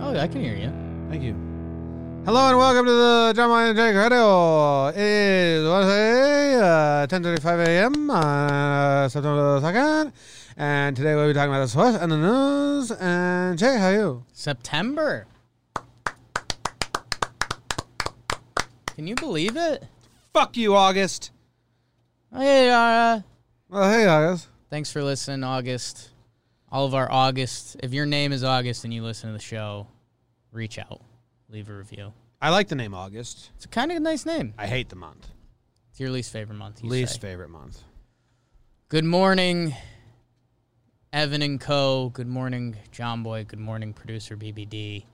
Oh, I can hear you. Thank you. Hello and welcome to the John Wayne and Jake Radio. It is Wednesday, uh, 10.35 a.m. on uh, September the 2nd. And today we'll be talking about the source and the news. And Jake, how are you? September. Can you believe it? Fuck you, August. Oh, yeah, Yara. Well, hey, August. Thanks for listening, August. All of our August. If your name is August and you listen to the show, reach out, leave a review. I like the name August. It's a kind of a nice name. I hate the month. It's your least favorite month. You Least say. favorite month. Good morning, Evan and Co. Good morning, John Boy. Good morning, producer BBD.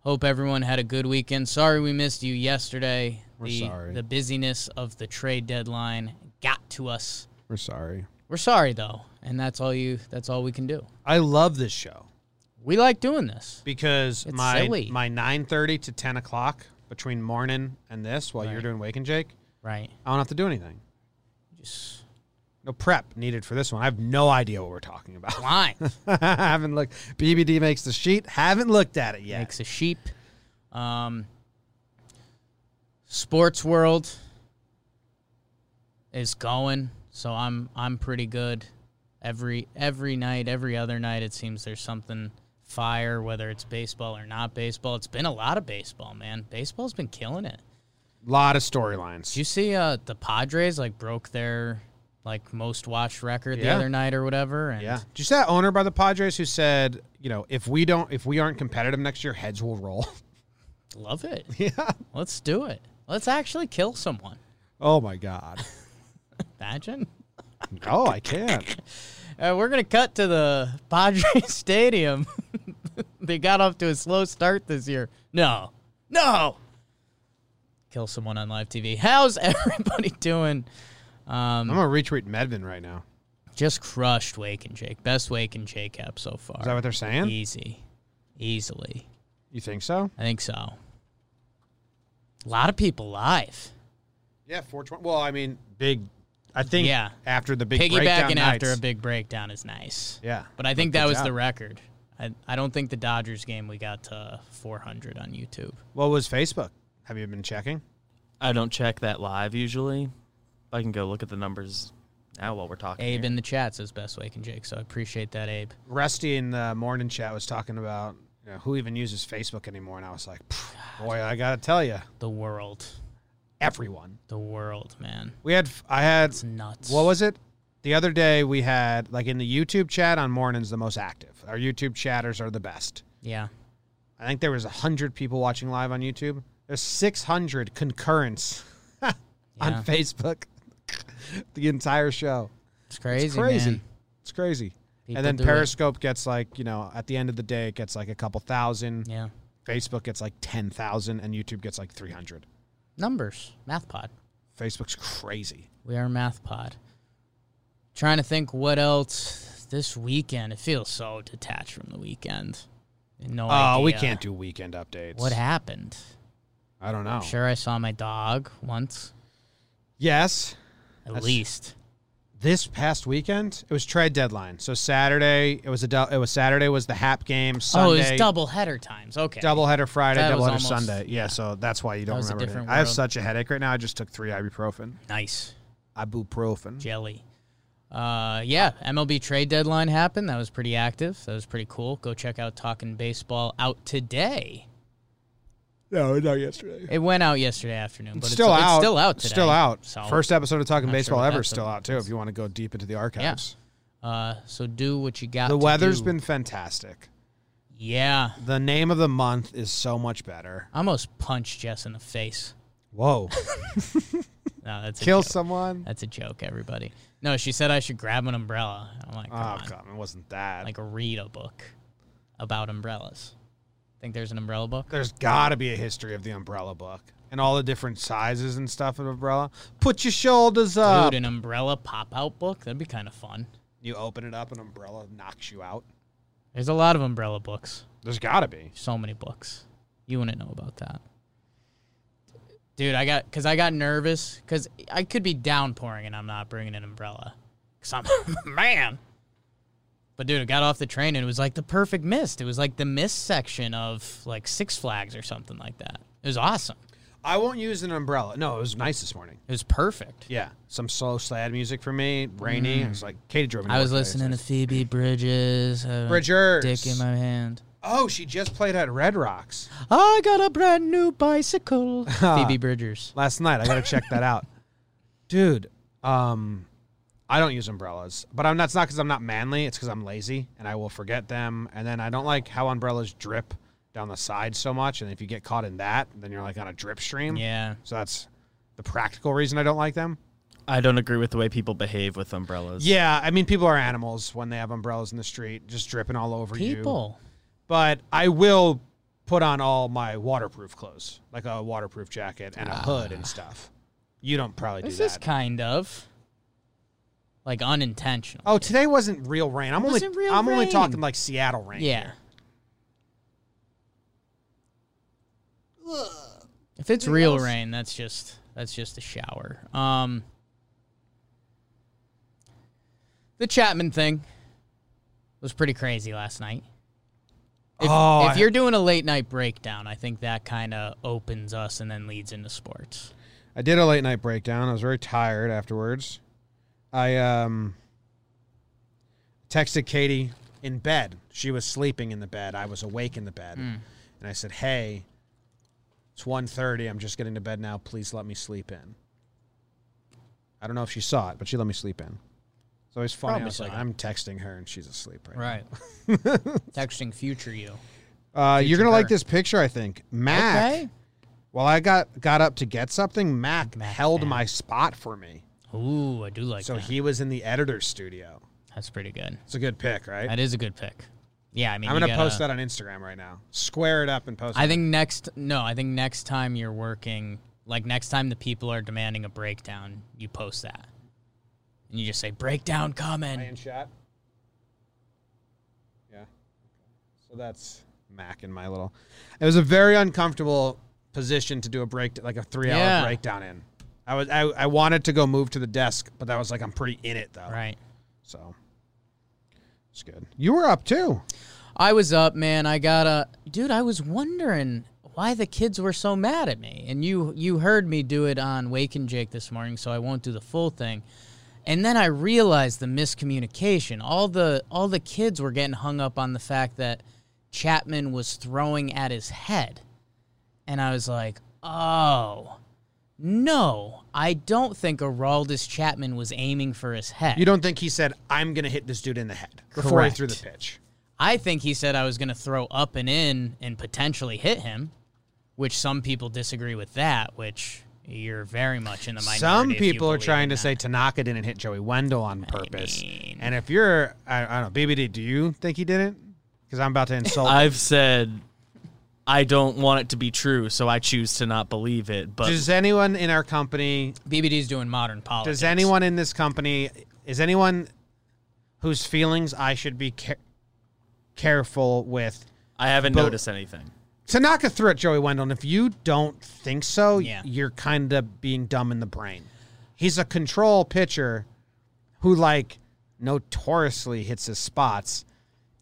Hope everyone had a good weekend. Sorry we missed you yesterday. We're the, sorry. The busyness of the trade deadline got to us. We're sorry. We're sorry though, and that's all you. That's all we can do. I love this show We like doing this. because It's my silly. my 9.30 to 10 o'clock between morning and this while you're Right. doing Wake and Jake, Right. I don't have to do anything. Just No prep needed for this one. I have no idea what we're talking about. blind. I haven't looked. BBD makes the sheet. Haven't looked at it yet. makes a sheep. Um, sports world is going, so I'm I'm pretty good. Every every night, every other night, it seems there's something fire, whether it's baseball or not baseball. It's been a lot of baseball, man. Baseball's been killing it. lot of Did storylines. you see uh, the Padres like broke their like most watched record the Yeah. other night or whatever? And Yeah. Did you see that owner by the Padres who said, you know, if we don't, if we aren't competitive next year, heads will roll. love it. yeah. Let's do it. Let's actually kill someone. Oh my God. Imagine. No, I can't. Uh, we're gonna cut to the Padres Stadium. they got off to a slow start this year. No, no. Kill someone on live TV. How's everybody doing? Um, I'm gonna retweet Medvin right now. just crushed Wake and Jake. Best Wake and Jake app so far. Is that what they're saying? Easy, easily. You think so? I think so. A lot of people live. Yeah, 420. Well, I mean, big. I think. Yeah. After the big breakdown Piggybacking after a nights- big breakdown is nice. Yeah. But I think Good that was job. the record. I, I don't think the Dodgers game we got to 400 on YouTube. What was Facebook? Have you been checking? I don't check that live usually. I can go look at the numbers now while we're talking. Abe here. in the chat says best Wake and Jake, so I appreciate that, Abe. Rusty in the morning chat was talking about you know, who even uses Facebook anymore, and I was like, "Phew, boy, I gotta tell you, The world, everyone. the world, man, We had, I had, it's nuts. what was it? The other day we had like in the YouTube chat on mornings the most active. Our YouTube chatters are the best. Yeah, I think there was hundred people watching live on YouTube. There's 600 concurrents Yeah. on Facebook. the entire show. it's crazy, It's crazy. man. It's crazy. People and then do it. Periscope gets like, you know, at the end of the day, it gets like a couple thousand. Yeah, Facebook gets like 10,000 and YouTube gets like 300. numbers, math pod. Facebook's crazy. We are math pod. Trying to think what else this weekend. It feels so detached from the weekend. No, Oh, idea we can't do weekend updates. What happened? I don't know. Sure, I saw my dog once, Yes. at That's- least. This past weekend, it was trade deadline. So Saturday, it was a dou- it was Saturday was the Hap game. Sunday, oh, it was double header times. Okay, doubleheader Friday, That was doubleheader almost- Sunday. Yeah, so that's why you don't was a remember. different anything. I have world. such a headache right now. I just took three ibuprofen. nice. Ibuprofen. jelly. Uh, yeah, MLB trade deadline happened. That was pretty active. That was pretty cool. Go check out Talking Baseball out today. No, not yesterday. It went out yesterday afternoon, but still it's, out. It's still out today. Still out. So, First episode of Talking Not sure Baseball what ever that's is still about. out too. If you want to go deep into the archives, uh, so do what you got. the to weather's do. been fantastic. Yeah, The name of the month is so much better. I almost punched Jess in the face. Whoa! No, that's a Kill joke. someone. That's a joke, everybody. No, she said I should grab an umbrella. I'm like, come Oh, on. God, it wasn't that. like read a book about umbrellas. Think there's an umbrella book? There's got to be a history of the umbrella book and all the different sizes and stuff of umbrella. Put your shoulders up. Dude, an umbrella pop-out book? That'd be kind of fun. You open it up, an umbrella knocks you out. There's a lot of umbrella books. There's got to be. So many books. You wouldn't know about that. Dude, I got cuz I got nervous cuz I could be downpouring and I'm not bringing an umbrella. Cuz I'm man. But dude, I got off the train and it was like the perfect mist. It was like the mist section of like Six Flags or something like that. It was awesome. I won't use an umbrella. No, it was nice this morning. It was perfect. Yeah, some slow sad music for me. Rainy. It's like Katie drove me. Mm. I was work today, listening so- to Phoebe Bridges. uh, Bridgers. Dick in my hand. Oh, she just played at Red Rocks I got a brand new bicycle. Phoebe Bridgers. last night. I gotta check that out, dude. Um, I don't use umbrellas, but I'm that's not because I'm not manly. It's because I'm lazy and I will forget them. And then I don't like how umbrellas drip down the side so much. And if you get caught in that, then you're like on a drip stream. Yeah. So that's the practical reason I don't like them. I don't agree with the way people behave with umbrellas. Yeah, I mean, people are animals when they have umbrellas in the street, just dripping all over you. People. But I will put on all my waterproof clothes, like a waterproof jacket and a hood and stuff. You don't probably do This is that. kind of like unintentional. oh, today wasn't real rain. I'm only wasn't real I'm only rain. talking like Seattle rain. yeah. here. If it's real rain, that's just that's just a shower. Um The Chapman thing was pretty crazy last night. If, Oh, if I- you're doing a late night breakdown, I think that kind of opens us and then leads into sports. I did a late night breakdown. I was very tired afterwards. I um texted Katie in bed. She was sleeping in the bed. I was awake in the bed. Hmm. And I said, "Hey, it's 1:30. I'm just getting to bed now. Please let me sleep in." I don't know if she saw it, but she let me sleep in. It's always funny. Probably I was like, saw it. I'm texting her and she's asleep Right. right, Texting future you. now. Uh, you're going to like her. this picture, I think. Mac. While I got got up to get something, Mac, Mac held Fan. my spot for me. Ooh, I do like So that. he was in the editor's studio. That's pretty good. It's a good pick, right? That is a good pick. Yeah, I mean, I'm you gonna gotta- post that on Instagram right now. Square it up and post. I it. think next, no, I think next time you're working, like next time the people are demanding a breakdown, you post that, and you just say breakdown coming. Iron shot. Yeah. Okay. So that's Mac in my little. It was a very uncomfortable position to do a break, like a three-hour Yeah. breakdown in. I was I, I wanted to go move to the desk, but that was like I'm pretty in it though. Right. So it's good. You were up too. I was up, man. I got a dude. I was wondering why the kids were so mad at me, and you you heard me do it on Wake and Jake this morning, so I won't do the full thing. And then I realized the miscommunication. All the all the kids were getting hung up on the fact that Chapman was throwing at his head, and I was like, oh. No, I don't think Araldus Chapman was aiming for his head. You don't think he said I'm gonna hit this dude in the head before he threw the Correct. pitch? I think he said I was going to throw up and in and potentially hit him, which some people disagree with that, which you're very much in the minority. Some if you people are believe in trying to that. say Tanaka didn't hit Joey Wendell on purpose. mean- and if you're, I, I don't know, BBD, do you think he didn't? Because I'm about to insult. I've said I don't want it to be true, so I choose to not believe it. But does anyone in our company, BBD's doing modern politics. does anyone in this company, is anyone whose feelings I should be ca- careful with? I haven't But- noticed anything. Tanaka threw at Joey Wendell, and if you don't think so, Yeah. you're kind of being dumb in the brain. He's a control pitcher who, like, notoriously hits his spots,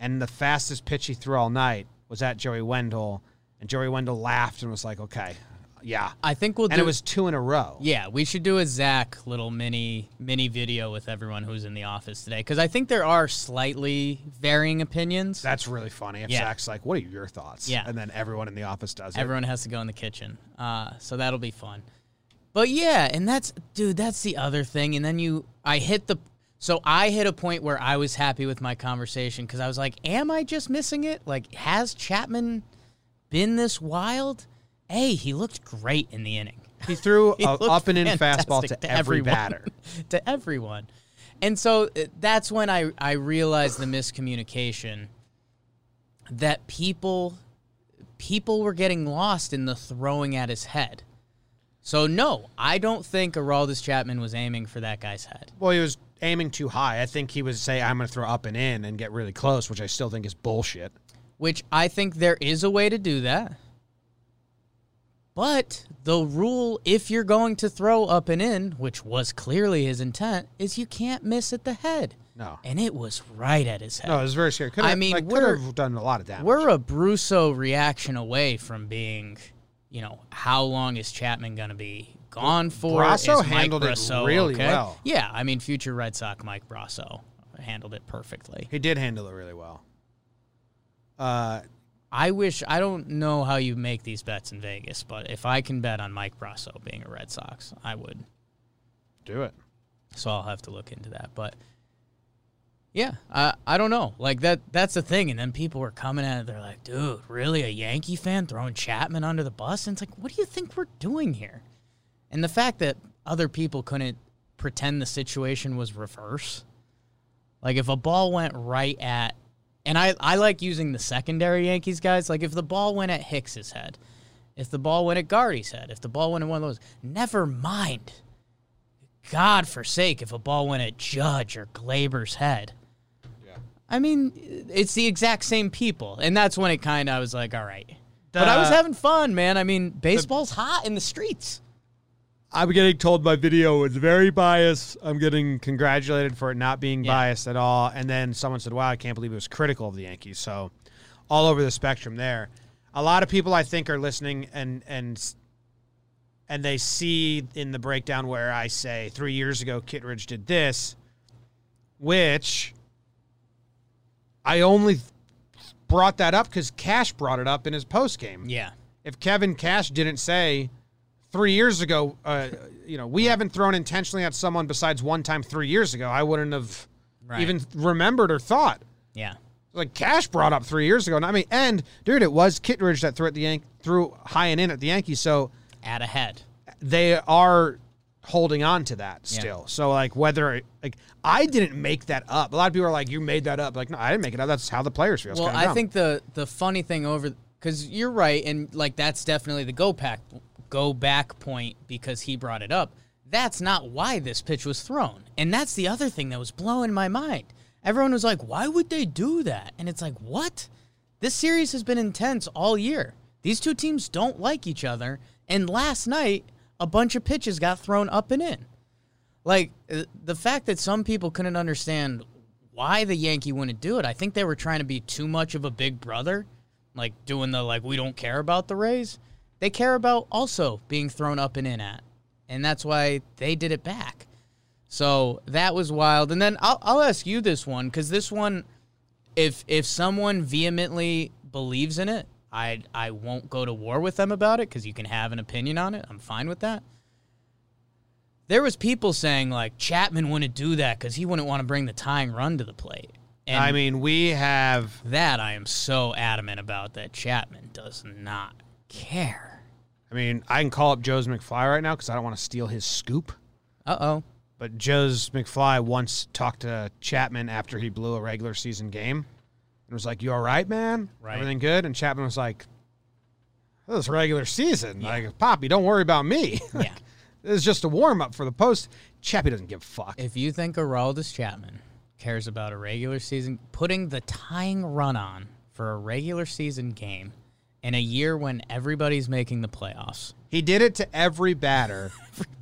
and the fastest pitch he threw all night was at Joey Wendell, and Joey Wendell laughed and was like, "Okay, yeah," I think we'll do. and it was two in a row. yeah, we should do a Zach little mini mini video with everyone who's in the office today because I think there are slightly varying opinions. That's really funny. If Yeah. Zach's like, "What are your thoughts?" Yeah. and then everyone in the office does it. Everyone has to go in the kitchen. Uh, so that'll be fun. But yeah, and that's dude, that's the other thing. And then you I hit the so I hit a point where I was happy with my conversation because I was like, am I just missing it? Like, has Chapman been this wild? Hey, he looked great in the inning. he threw He a looked up and in fastball fantastic to, every everyone. batter. to everyone. And so uh, that's when I, I realized the miscommunication that people people were getting lost in the throwing at his head. So no, I don't think Araldus Chapman was aiming for that guy's head. Well, he was aiming too high. I think he would say, "I'm going to throw up and in and get really close," which I still think is bullshit. Which I think there is a way to do that. But the rule if you're going to throw up and in, which was clearly his intent, is you can't miss at the head. No. and it was right at his head. No, it was very scary. Could have, I mean, like, could we're- have done a lot of damage. We're a Brusso reaction away from being, you know, how long is Chapman going to be gone for? Brasso Is Mike handled it Brasso really okay? well. Yeah, I mean, future Red Sox Mike Brasso handled it perfectly. he did handle it really well. Uh, I wish I don't know how you make these bets in Vegas, but if I can bet on Mike Brasso being a Red Sox, I would. do it. So I'll have to look into that. But yeah, I I don't know. Like that that's the thing. And then people were coming at it. They're like, dude, really a Yankee fan throwing Chapman under the bus? And it's like, what do you think we're doing here? And the fact that other people couldn't pretend the situation was reverse. Like if a ball went right at and I, I like using the secondary Yankees guys. Like if the ball went at Hicks's head, if the ball went at Guardy's head, if the ball went at one of those, never mind. God forsake if a ball went at Judge or Glaber's head. Yeah. I mean, it's the exact same people, and that's when it kind of I was like, all right. but I was The- having fun, man. I mean, baseball's hot in the streets. I'm getting told my video was very biased. I'm getting congratulated for it not being Yeah. biased at all. And then someone said, wow, I can't believe it was critical of the Yankees. So all over the spectrum there. A lot of people I think are listening and and and they see in the breakdown where I say three years ago Kittredge did this, which I only brought that up because Cash brought it up in his post game Yeah, if Kevin Cash didn't say three years ago, uh, you know, we haven't thrown intentionally at someone besides one time three years ago, I wouldn't have Right. even remembered or thought. yeah, Like Cash brought up three years ago, and I mean, and dude, it was Kittredge that threw at the Yan- threw high and in at the Yankees, so at a head. they are holding on to that still. So like whether like I didn't make that up. A lot of people are like, you made that up. Like no, I didn't make it up. That's how the players feel. It's Well, kinda I dumb. think the the funny thing over because you're right, and like that's definitely the go back go back point because he brought it up. That's not why this pitch was thrown, and that's the other thing that was blowing my mind. Everyone was like, "Why would they do that?" And it's like, what? This series has been intense all year. These two teams don't like each other, and last night a bunch of pitches got thrown up and in. Like uh, the fact that some people couldn't understand why the Yankee wouldn't do it. I think they were trying to be too much of a big brother, like doing the like we don't care about the Rays. They care about also being thrown up and in at, and that's why they did it back. So that was wild. And then I'll, I'll ask you this one because this one, if if someone vehemently believes in it, I I won't go to war with them about it because you can have an opinion on it. I'm fine with that there was people saying like Chapman wouldn't do that because he wouldn't want to bring the tying run to the plate. And I mean, we have that I am so adamant about that Chapman does not care. I mean, I can call up Joe's McFly right now because I don't want to steal his scoop. Uh oh. But Joe's McFly once talked to Chapman after he blew a regular season game and was like, You all right, man? Right. Everything good? And Chapman was like, This is regular season. Like, Poppy, don't worry about me. Yeah. this is just a warm up for the post. Chappie doesn't give a fuck. If you think Araldus Chapman cares about a regular season, putting the tying run on for a regular season game in a year when everybody's making the playoffs, He did it to every batter.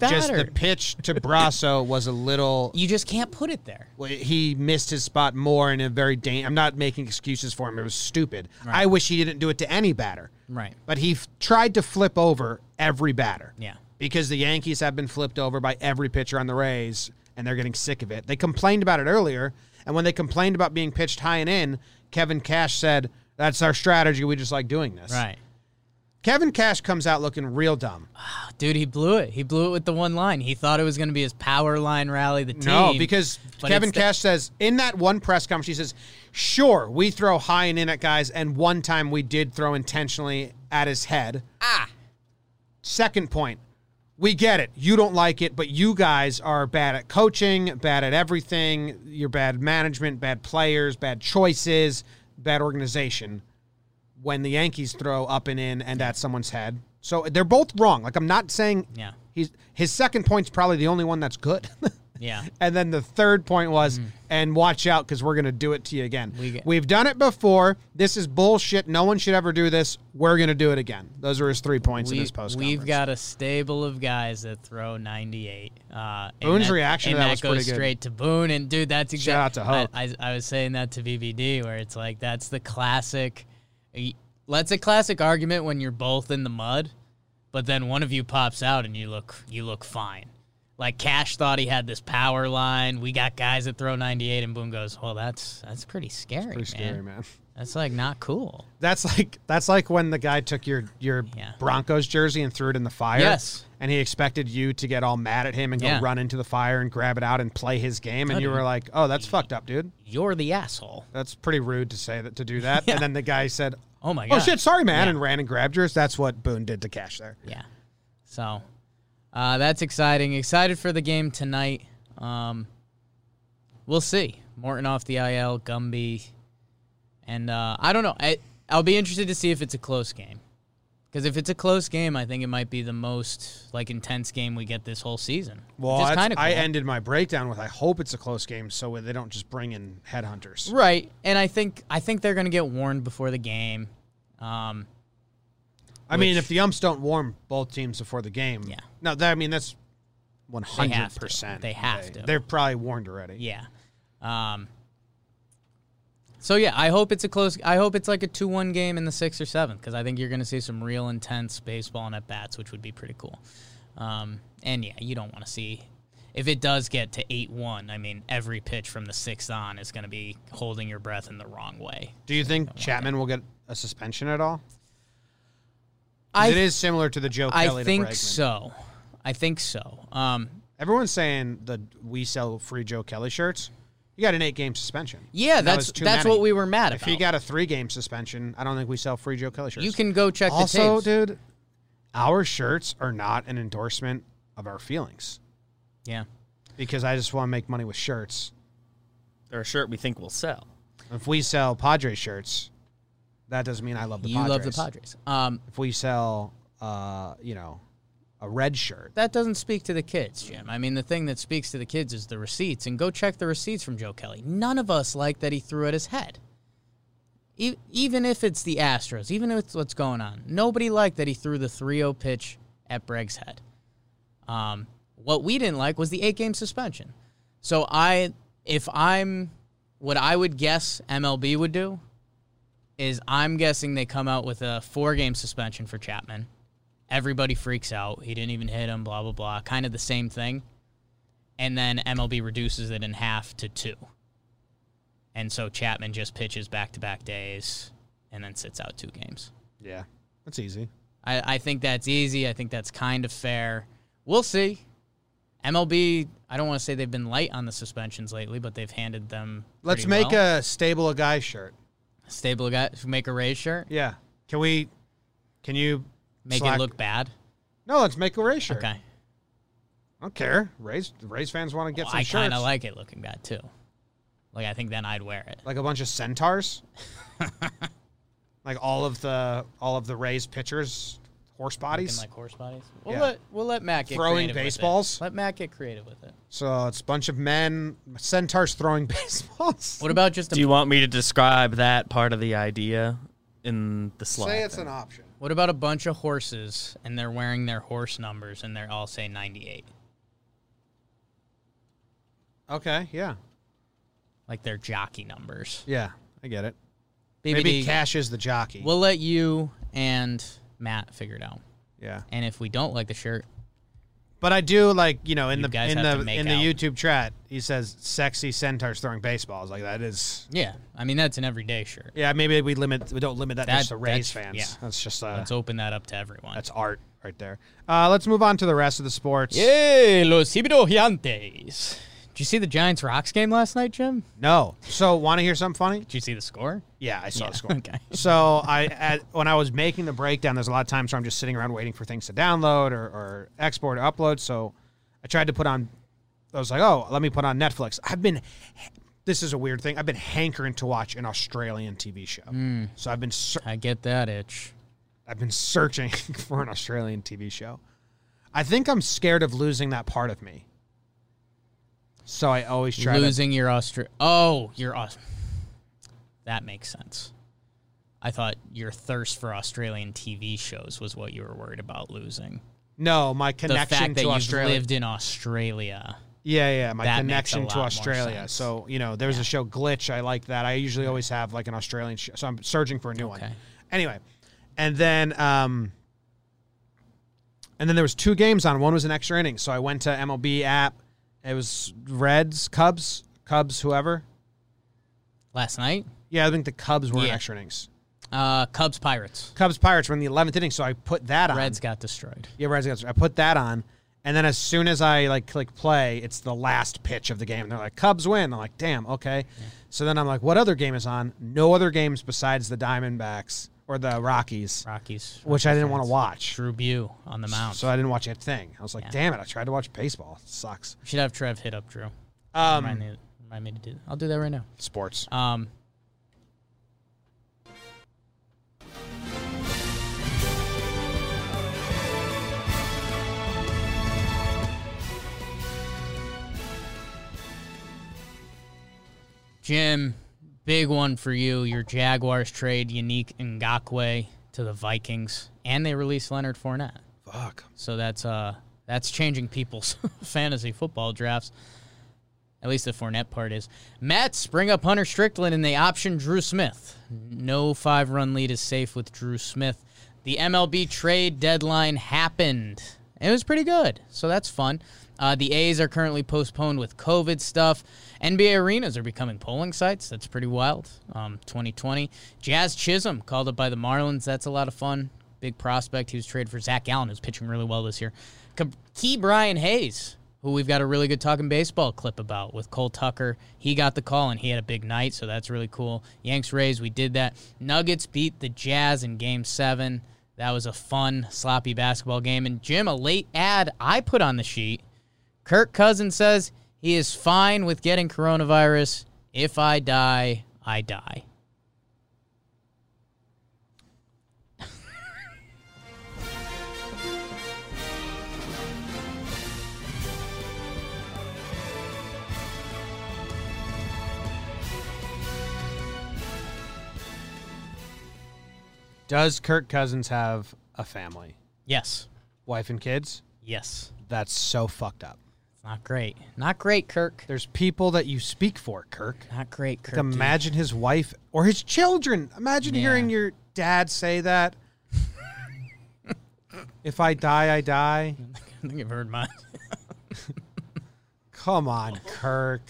Just the batter. pitch to Brasso was a little you just can't put it there. Well, he missed his spot more in a very dang. I'm not making excuses for him. It was stupid. I wish he didn't do it to any batter. Right. But he f- tried to flip over every batter. Yeah. Because the Yankees have been flipped over by every pitcher on the Rays, and they're getting sick of it. They complained about it earlier, and when they complained about being pitched high and in, Kevin Cash said, "That's our strategy. We just like doing this." Right. Kevin Cash comes out looking real dumb. Dude, he blew it. He blew it with the one line. He thought it was going to be his power line rally, the team. No, because but Kevin it's the- Cash says in that one press conference, he says, "Sure, we throw high and in at guys, and one time we did throw intentionally at his head." Ah. Second point, we get it. You don't like it, but you guys are bad at coaching, bad at everything. You're bad management, bad players, bad choices, bad organization. When the Yankees throw up and in and at someone's head, so they're both wrong. Like I'm not saying Yeah. he's his second point's probably the only one that's good. Yeah. And then the third point was, and watch out because we're going to do it to you again. Mm-hmm. We get- We've done it before. This is bullshit. No one should ever do this. We're going to do it again. Those were his three points in We, his post. we've got a stable of guys that throw 98. Uh, and Boone's reaction to and that was goes pretty good. straight to Boone, and dude, that's Shout exactly. out to Hope. I, I, I was saying that to BBD, where it's like that's the classic. y- That's a classic argument when you're both in the mud, but then one of you pops out and you look you look fine. Like Cash thought he had this power line. We got guys that throw 98, and Boone goes, "Well, that's that's pretty scary, Pretty man. scary, man. That's like not cool." That's like that's like when the guy took your your Yeah. Broncos jersey and threw it in the fire. Yes. And he expected you to get all mad at him and go Yeah. run into the fire and grab it out and play his game, and you Totally. were like, "Oh, that's fucked up, dude. You're the asshole. That's pretty rude to say that to do that." And then the guy said, Oh my "Oh god. shit, sorry, man," Yeah. and ran and grabbed yours. That's what Boone did to Cash there. Yeah. So uh, that's exciting. Excited for the game tonight. Um, we'll see. Morton off the IL, Gumby, and uh, I don't know. I, I'll be interested to see if it's a close game. Because if it's a close game, I think it might be the most like intense game we get this whole season. Well, which is that's- kinda I cool. ended my breakdown with, "I hope it's a close game, so they don't just bring in headhunters." right, and I think I think they're going to get warned before the game. Um, I mean, Which- if the umps don't warm both teams before the game, Yeah. No, that, I mean that's one hundred have to. percent. They have to. They're probably warned already. Yeah. Um, so yeah, I hope it's a close. I hope it's like a two-one game in the sixth or seventh because I think you're going to see some real intense baseball and at bats, which would be pretty cool. Um, and yeah, you don't want to see if it does get to eight-one. I mean, every pitch from the sixth on is going to be holding your breath in the wrong way. Do you think Chapman will get a suspension at all? 'Cause I it is similar to the Joe Kelly. I to Bregman. think so. I think so. Um, Everyone's saying the we sell free Joe Kelly shirts. You got an eight game suspension. yeah, And that that's was too that's many. what we were mad If about. he got a three game suspension, I don't think we sell free Joe Kelly shirts. you can go check the also, tapes. dude, our shirts are not an endorsement of our feelings yeah. because I just want to make money with shirts. Or a shirt we think will sell. If we sell Padres shirts, that doesn't mean I love the You Padres. love the Padres. Um, If we sell, uh, you know, a red shirt, that doesn't speak to the kids, Jim. I mean, the thing that speaks to the kids is the receipts. And go check the receipts from Joe Kelly. None of us like that he threw at his head. E- even if it's the Astros, even if it's what's going on, nobody liked that he threw the 3 0 pitch at Bregg's head. Um, what we didn't like was the eight game suspension. So I, if I'm, what I would guess MLB would do is I'm guessing they come out with a four game suspension for Chapman. Everybody freaks out. He didn't even hit him, blah, blah, blah. Kind of the same thing. And then MLB reduces it in half to two. And so Chapman just pitches back to back days and then sits out two games. yeah, that's easy. I, I think that's easy. I think that's kind of fair. We'll see. MLB, I don't want to say they've been light on the suspensions lately, but they've handed them. Let's make a stable a guy shirt. a stable guy, make a Rays shirt, Yeah. Can we? Can you make slack- it look bad. No, let's make a Ray shirt. Okay. I don't care. Rays Rays fans want to get Well, some I shirts. kind of like it looking bad too. Like I think then I'd wear it. Like a bunch of centaurs. like all of the all of the Rays pitchers horse Looking bodies. like horse bodies. We'll Yeah. let we'll let Matt get Throwing creative with it. baseballs? Let Matt get creative with it. so it's a bunch of men centaurs throwing baseballs. What about just Do a, you want me to describe that part of the idea in the slide? Say it's thing? an option. what about a bunch of horses and they're wearing their horse numbers and they're all say 98, Okay. Yeah. like their jockey numbers. Yeah. I get it. BBD, Maybe Cash is the jockey. We'll let you and Matt figure it out. yeah. And if we don't like the shirt, But I do like you know in You the guys in have to the make in out. the YouTube chat he says sexy centaurs throwing baseballs like that is yeah, I mean that's an everyday shirt. yeah maybe we limit we don't limit that, That- just to Rays that's- fans yeah. that's just uh, Let's open that up to everyone. that's art right there uh, let's move on to the rest of the sports Yay, los Hibido Giantes. Did you see the Giants Rocks game last night, Jim? no so want to hear something funny Did you see the score? yeah I saw Yeah, the score okay. so I at, when I was making the breakdown there's a lot of times where I'm just sitting around waiting for things to download or, or export or upload so I tried to put on I was like oh let me put on Netflix I've been this is a weird thing I've been hankering to watch an Australian TV show Mm. so I've been ser- I get that itch. I've been searching for an Australian TV show. I think I'm scared of losing that part of me. So I always try to losing your Austria. Oh, your Aus. That makes sense. I thought your thirst for Australian TV shows was what you were worried about losing. No, my The connection fact that to you've Australia. lived in Australia. yeah, yeah, my that makes connection a to lot more Australia. sense. So you know, there's a show Glitch. I like that. I usually always have like an Australian show, so I'm searching for a new one. Okay. Anyway, and then um, and then there was two games on. One was an extra inning, so I went to MLB app. It was Reds, Cubs, Cubs, whoever. Last night, Yeah, I think the Cubs were in Yeah. extra innings. uh, Cubs Pirates. Cubs Pirates were in the 11th inning, so I put that on. Reds got destroyed. Yeah, Rise Against. I put that on, and then as soon as I like click play, it's the last pitch of the game. And they're like, "Cubs win." I'm like, "Damn, okay." So then I'm like, "What other game is on?" No other games besides the Diamondbacks or the Rockies, Rockies. which I didn't want to watch. Drew Bue on the mound. So I didn't watch a thing. I was like, "Damn it!" I tried to watch baseball. It sucks. Should have Trev hit up Drew. Um, uh, Remind me, remind me to do that. I'll do that right now. sports. Um, Jim, big one for you. Your Jaguars trade Unique Ngakwe to the Vikings, and they released Leonard Fournette. Fuck. So that's uh that's changing people's fantasy football drafts. At least the Fournette part is. Mets bring up Hunter Strickland and they option Drew Smith. No five run lead is safe with Drew Smith. The MLB trade deadline happened. It was pretty good, so that's fun. Uh, the A's are currently postponed with COVID stuff. NBA arenas are becoming polling sites. That's pretty wild. Um, 2020. Jazz Chisholm called up by the Marlins. That's a lot of fun. Big prospect. He was traded for Zach Allen, who's pitching really well this year. Ka- Key Brian Hayes who we've got a really good talking baseball clip about with Cole Tucker. He got the call and he had a big night, so that's really cool. Yanks Rays, we did that. Nuggets beat the Jazz in game seven. That was a fun, sloppy basketball game. And Jim, a late ad I put on the sheet. Kirk Cousins says he is fine with getting coronavirus. If I die, I die. Does Kirk Cousins have a family, Yes. wife and kids? Yes. That's so fucked up. It's not great. Not great, Kirk. There's people that you speak for, Kirk. Not great, Kirk. Like, dude. imagine his wife or his children. Imagine Yeah. hearing your dad say that. if I die, I die. I think I've heard mine. Come on, Kirk.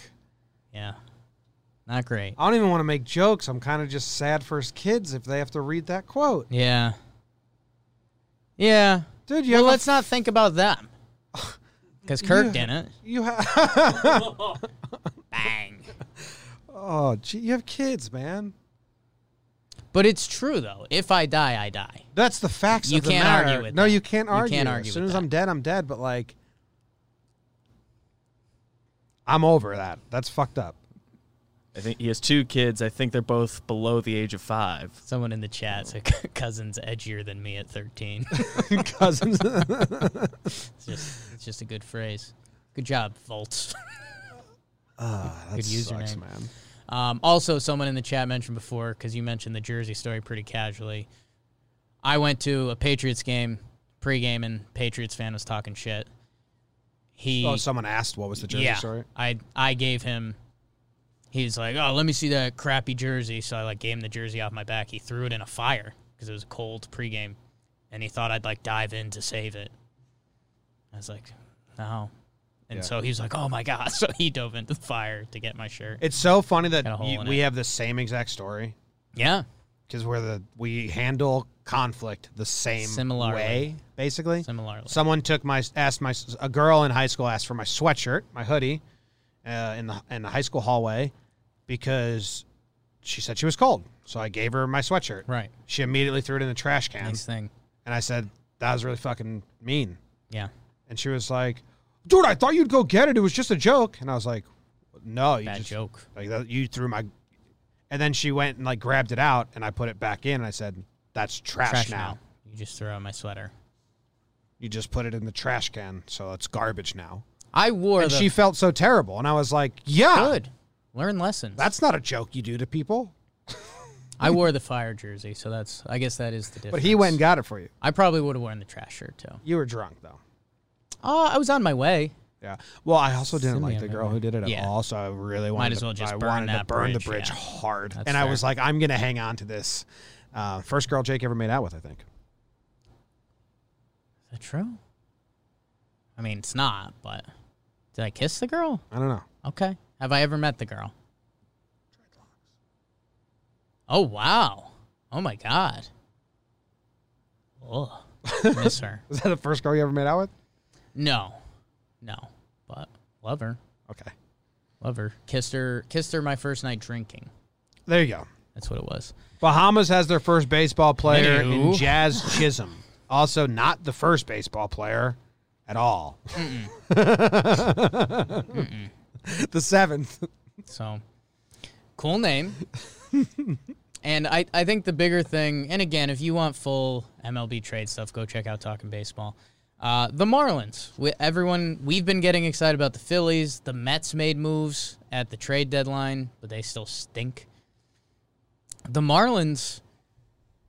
yeah. Not great. I don't even want to make jokes. I'm kind of just sad for his kids if they have to read that quote. Yeah. Yeah. Dude, you Well, have a- let's not think about them. Because Kirk Yeah. didn't. you have Bang. oh, gee, you have kids, man. But it's true, though. If I die, I die. That's the facts You of the can't matter. argue with no, that. you can't You argue. can't argue As soon with as that. I'm dead, I'm dead. But like, I'm over that. That's fucked up. I think he has two kids. I think they're both below the age of five. Someone in the chat said cousin's edgier than me at 13. Cousins. it's, just, it's just a good phrase. Good job, Volts. Ah, that Good username. sucks, man. Um, also, someone in the chat mentioned before, because you mentioned the Jersey story pretty casually. I went to a Patriots game, pregame, and Patriots fan was talking shit. He Oh, someone asked what was the jersey yeah, story. I I gave him. He's like, oh, let me see that crappy jersey. So I like gave him the jersey off my back. He threw it in a fire because it was a cold pregame, and he thought I'd like dive in to save it. I was like, no. And Yeah. so he was like, oh my god. So he dove into the fire to get my shirt. It's so funny that Got a hole you, in we it. have the same exact story yeah. because we're the we handle conflict the same Similarly. way, basically. Similarly. Someone took my asked my a girl in high school asked for my sweatshirt, my hoodie, uh, in the in the high school hallway because she said she was cold. So I gave her my sweatshirt. Right. She immediately threw it in the trash can, Nice thing. and I said that was really fucking mean. Yeah. And she was like, "Dude, I thought you'd go get it. It was just a joke." And I was like, "No, you Bad just joke. like that, you threw my." And then she went and like grabbed it out, and I put it back in, and I said, "That's trash, Trash now. now. You just threw out my sweater. You just put it in the trash can, so it's garbage now." I wore And the she felt so terrible. And I was like, yeah, good. Learn lessons. that's not a joke you do to people. I wore the fire jersey, so that's I guess that is the difference. But he went and got it for you. I probably would have worn the trash shirt too. You were drunk, though. Oh, I was on my way. Yeah. Well, I also didn't Send me like a the girl memo. who did it at Yeah. all, so I really wanted as to, well just I burn wanted to that burn the bridge, bridge yeah. hard. That's and I fair. was like, I'm going to hang on to this. Uh, first girl Jake ever made out with, I think. Is that true? I mean, it's not, but did I kiss the girl? I don't know. Okay. Have I ever met the girl? Oh wow. Oh my god. Oh, miss her. Was that the first girl you ever made out with? No, no, but love her. Okay. Love her. Kissed her. Kissed her my first night drinking. There you go. That's what it was. Bahamas has their first baseball player in Anywho. Jazz Chisholm. Also, not the first baseball player at all. the seventh. So cool name. and I, I think the bigger thing, and again, if you want full MLB trade stuff, go check out Talking Baseball. Uh, the Marlins. We, everyone, we've been getting excited about the Phillies. The Mets made moves at the trade deadline, but they still stink. The Marlins,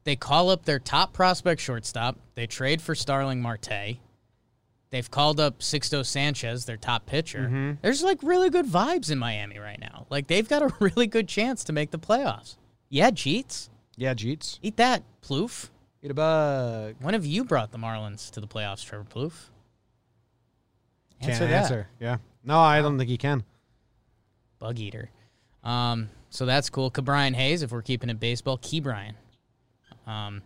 they call up their top prospect shortstop. They trade for Starling Marte. They've called up Sixto Sanchez, their top pitcher. Mm-hmm. There's like really good vibes in Miami right now. Like they've got a really good chance to make the playoffs. Yeah, Jeets. Yeah, Jeets. Eat that, Plouf. Eat a bug. When have you brought the Marlins to the playoffs, Trevor Plouf? Can't Answer that. answer. Yeah. No, I don't think he can. Bug eater. Um, so that's cool. Cabrian Hayes, if we're keeping it baseball, Key Brian. Um,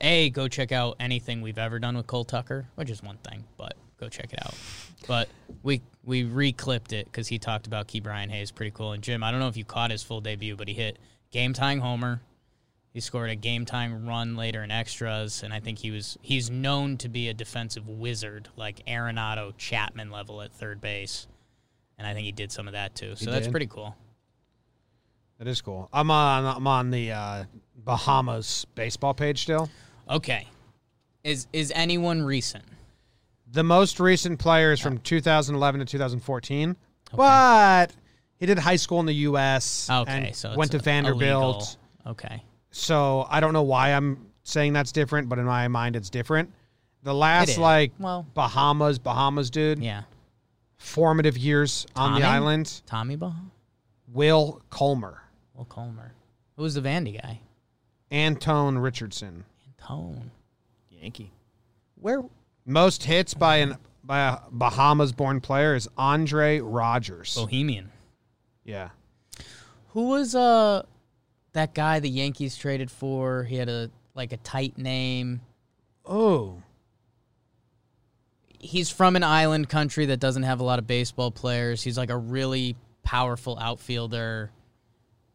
a go check out anything we've ever done with Cole Tucker, which is one thing, but go check it out. But we we reclipped it because he talked about Key Brian Hayes, pretty cool. And Jim, I don't know if you caught his full debut, but he hit game tying homer. He scored a game tying run later in extras, and I think he was he's known to be a defensive wizard, like Arenado Chapman level at third base. And I think he did some of that too. So that's did. pretty cool. That is cool. I'm on. I'm on the uh, Bahamas baseball page still. Okay. Is is anyone recent? The most recent player is from 2011 to 2014, but he did high school in the U.S. Okay, and so it's went to a- Vanderbilt. illegal. Okay. So I don't know why I'm saying that's different, but in my mind, it's different. The It last is. like Well- Bahamas, Bahamas dude, Yeah. formative years on the Tommy? island. Tommy Baha? Will Colmer, Will Colmer. Who was the Vandy guy? Antone Richardson, Tone. Yankee. Where most hits by an by a Bahamas-born player is Andre Rogers. Bohemian. Yeah. Who was uh that guy the Yankees traded for? He had a like a tight name. Oh. He's from an island country that doesn't have a lot of baseball players. He's like a really powerful outfielder.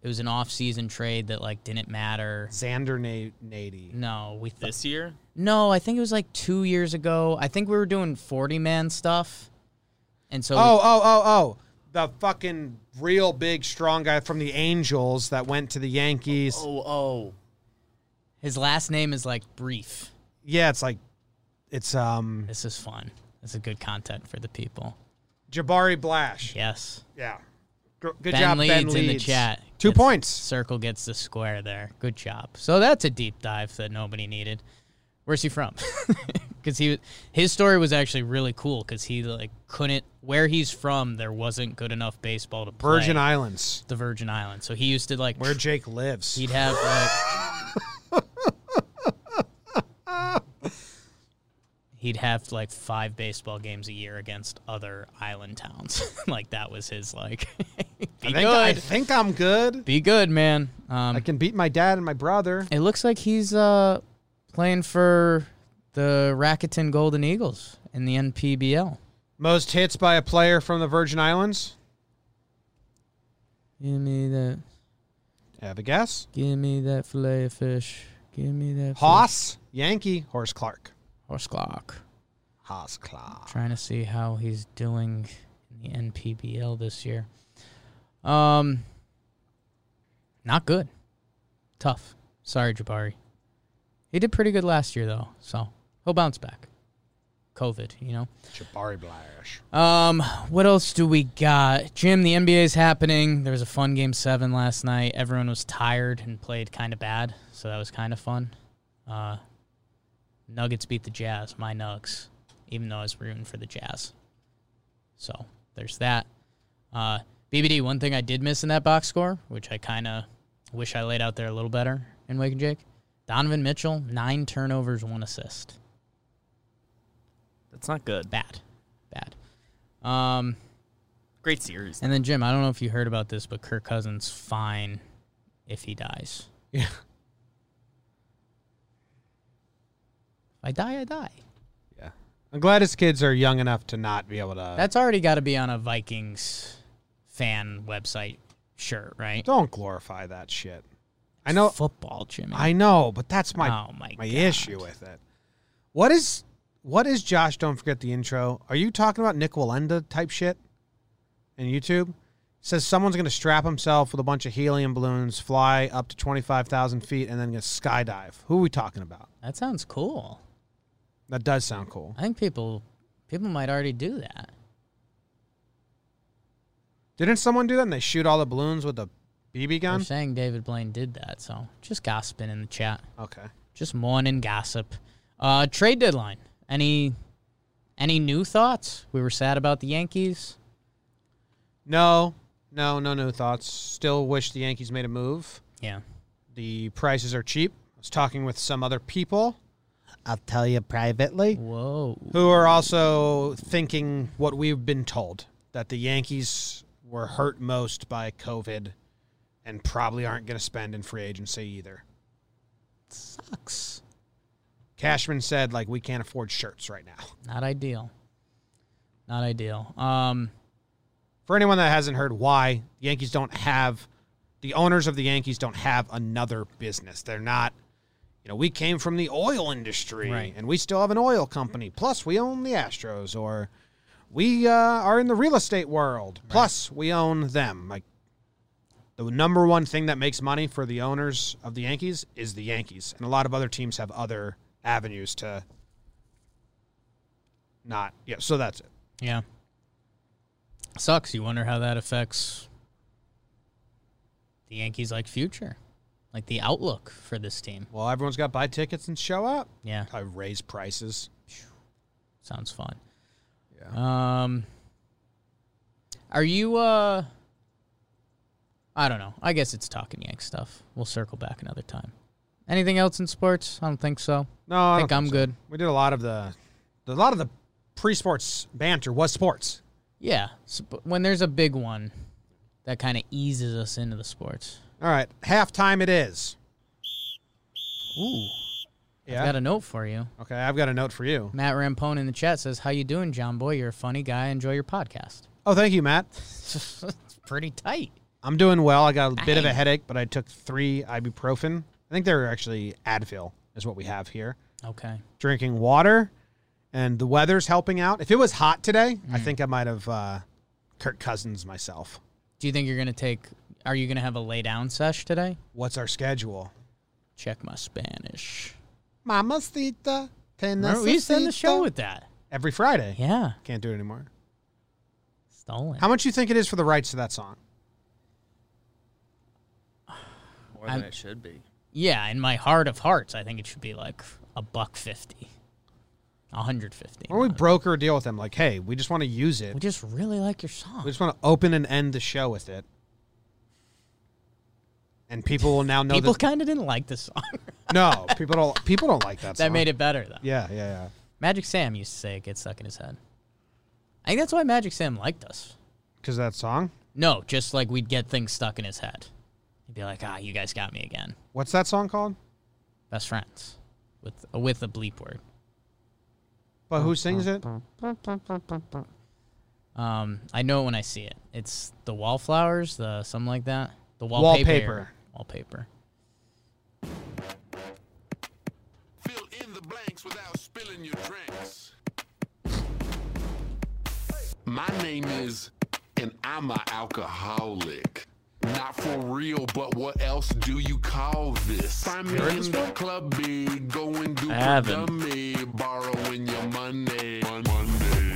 It was an off-season trade that like didn't matter. Xander Na- Nady. No, we thought This year? No, I think it was like two years ago. I think we were doing 40 man stuff. And so, Oh, oh, oh, oh. The fucking real big strong guy from the Angels that went to the Yankees. Oh, oh. his last name is like brief. Yeah, it's like it's um This is fun. This is good content for the people. Jabari Blash. Yeah. Yes. Gr- Good ben job, Leeds Ben Leeds. in the chat. Two Gets- points. Circle gets the square there. Good job. So that's a deep dive that nobody needed. Where's he from? Because he was- his story was actually really cool. Because he like couldn't where he's from. There wasn't good enough baseball to play. Virgin Islands, the Virgin Islands. So he used to like where Jake lives. He'd have like. he'd have like five baseball games a year against other island towns. like that was his like. I be think, I good. think I'm good. be good, man. Um, I can beat my dad and my brother. it looks like he's uh playing for the Rakuten Golden Eagles in the NPBL. Most hits by a player from the Virgin Islands. Give me that. Have a guess. Give me that fillet of fish. Give me that. Hmm. Haas, Yankee, Horace Clark. Horse clock. Haas Clark. trying to see how he's doing in the NPBL this year. Um, not good. Tough. Sorry, Jabari. He did pretty good last year though, so he'll bounce back. COVID, you know? Jabari Blash. Um, what else do we got? Jim, the NBA's happening. There was a fun game seven last night. Everyone was tired and played kind of bad, so that was kind of fun. Uh, Nuggets beat the Jazz, my Nugs, even though I was rooting for the Jazz. So there's that. Uh, BBD, one thing I did miss in that box score, which I kind of wish I laid out there a little better in Wake and Jake. Donovan Mitchell, nine turnovers, one assist That's not good. bad, bad. Um, Great series. and then Jim, I don't know if you heard about this, but Kirk Cousins fine if he dies. Yeah. If I die, I die. Yeah. I'm glad his kids are young enough to not be able to. That's already got to be on a Vikings fan website shirt, right? don't glorify that shit. I know. football, Jimmy. I know, but that's my oh my, my God. issue with it. What is what is Josh? Don't forget the intro. Are you talking about Nick Walenda type shit? In YouTube, says someone's going to strap himself with a bunch of helium balloons, fly up to twenty five thousand feet, and then going to skydive. Who are we talking about? That sounds cool. That does sound cool. I think people people might already do that. Didn't someone do that? And they shoot all the balloons with a BB They're gun. saying David Blaine did that, so just gossiping in the chat. Okay. Just morning gossip. Uh, trade deadline. Any any new thoughts? We were sad about the Yankees. No, no, no new thoughts. Still wish the Yankees made a move. Yeah. The prices are cheap. I was talking with some other people. I'll tell you privately. Whoa. who are also thinking what we've been told that the Yankees were hurt most by COVID and probably aren't going to spend in free agency either. Sucks. Cashman said, like, we can't afford shirts right now. Not ideal. Not ideal. Um For anyone that hasn't heard why, the Yankees don't have the owners of the Yankees don't have another business. They're not, you know, we came from the oil industry Right. and we still have an oil company. Plus, we own the Astros or we uh, are in the real estate world. Plus, we own them. Like, the number one thing that makes money for the owners of the Yankees is the Yankees. And a lot of other teams have other avenues to not. Yeah, so that's it. yeah. Sucks. You wonder how that affects the Yankees like future. Like the outlook for this team. Well, everyone's got to buy tickets and show up. Yeah. I raise prices. Sounds fun. Yeah. Um Are you uh I don't know. I guess it's talking Yank stuff. We'll circle back another time. Anything else in sports? I don't think so. No, I, I don't think I'm so. good. We did a lot of the, the a lot of the pre-sports banter was sports. Yeah, s- but when there's a big one, that kind of eases us into the sports. All right, halftime it is. Ooh, Yeah. I've got a note for you. okay, I've got a note for you. Matt Rampone in the chat says, "How you doing, John Boy? You're a funny guy. Enjoy your podcast." Oh, thank you, Matt. it's pretty tight. I'm doing well. I got a bit of a Dang. headache, but I took three ibuprofen. I think they're actually Advil, is what we have here. Okay. Drinking water, and the weather's helping out. If it was hot today, Mm-hmm. I think I might have uh, Kirk Cousins myself. Do you think you're gonna take? Are you gonna have a lay down sesh today? What's our schedule? Check my Spanish. Mamacita, Remember, we used to end the show with that. every Friday. Yeah, Can't do it anymore. stolen. How much you think it is for the rights to that song? More I'm- than it should be. yeah, in my heart of hearts, I think it should be like a buck fifty, a hundred fifty. Or we broker a deal with them, like, hey, we just want to use it. We just really like your song. We just want to open and end the show with it. And people will now know People that. kind of didn't like the song. no, people don't. People don't like that. that song. made it better though. Yeah, yeah, yeah. Magic Sam used to say it gets stuck in his head. I think that's why Magic Sam liked us. Because that song. No, just like we'd get things stuck in his head. He'd be like, "Ah, you guys got me again." What's that song called? Best friends with with a bleep word. But who sings it? Um, I know it when I see it. It's the wallflowers, the something like that. The Wallpaper. wallpaper. Wallpaper. Fill in the blanks without spilling your drinks. My name is, and I'm a alcoholic. Not for real, but what else do you call this? Find me in the club, be going do I for haven't. dummy, borrowing your money. Mon- Monday.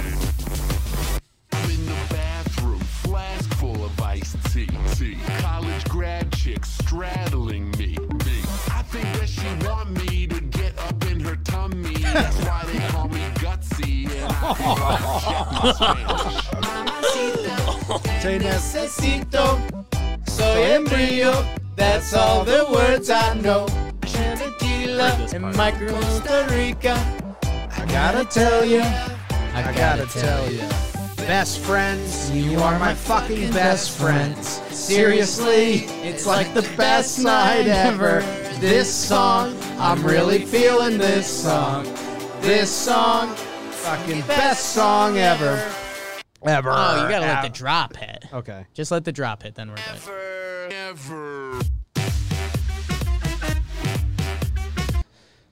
I'm in the bathroom, flask full of iced tea. tea. College grad chick straddling me. me. I think that she want me to get up in her tummy. That's why they call me gutsy, and I think I check my Spanish. Say that. necesito, soy embryo. That's all the words I know. Tequila in my Costa Rica. I gotta tell you, I gotta tell you. Best friends, You are my fucking best friends. Seriously, it's like the best night ever. This song, I'm really feeling this song. This song, fucking best song ever. Ever. Oh, you gotta let ever. the drop hit. Okay. Just let the drop hit, then we're good. Ever.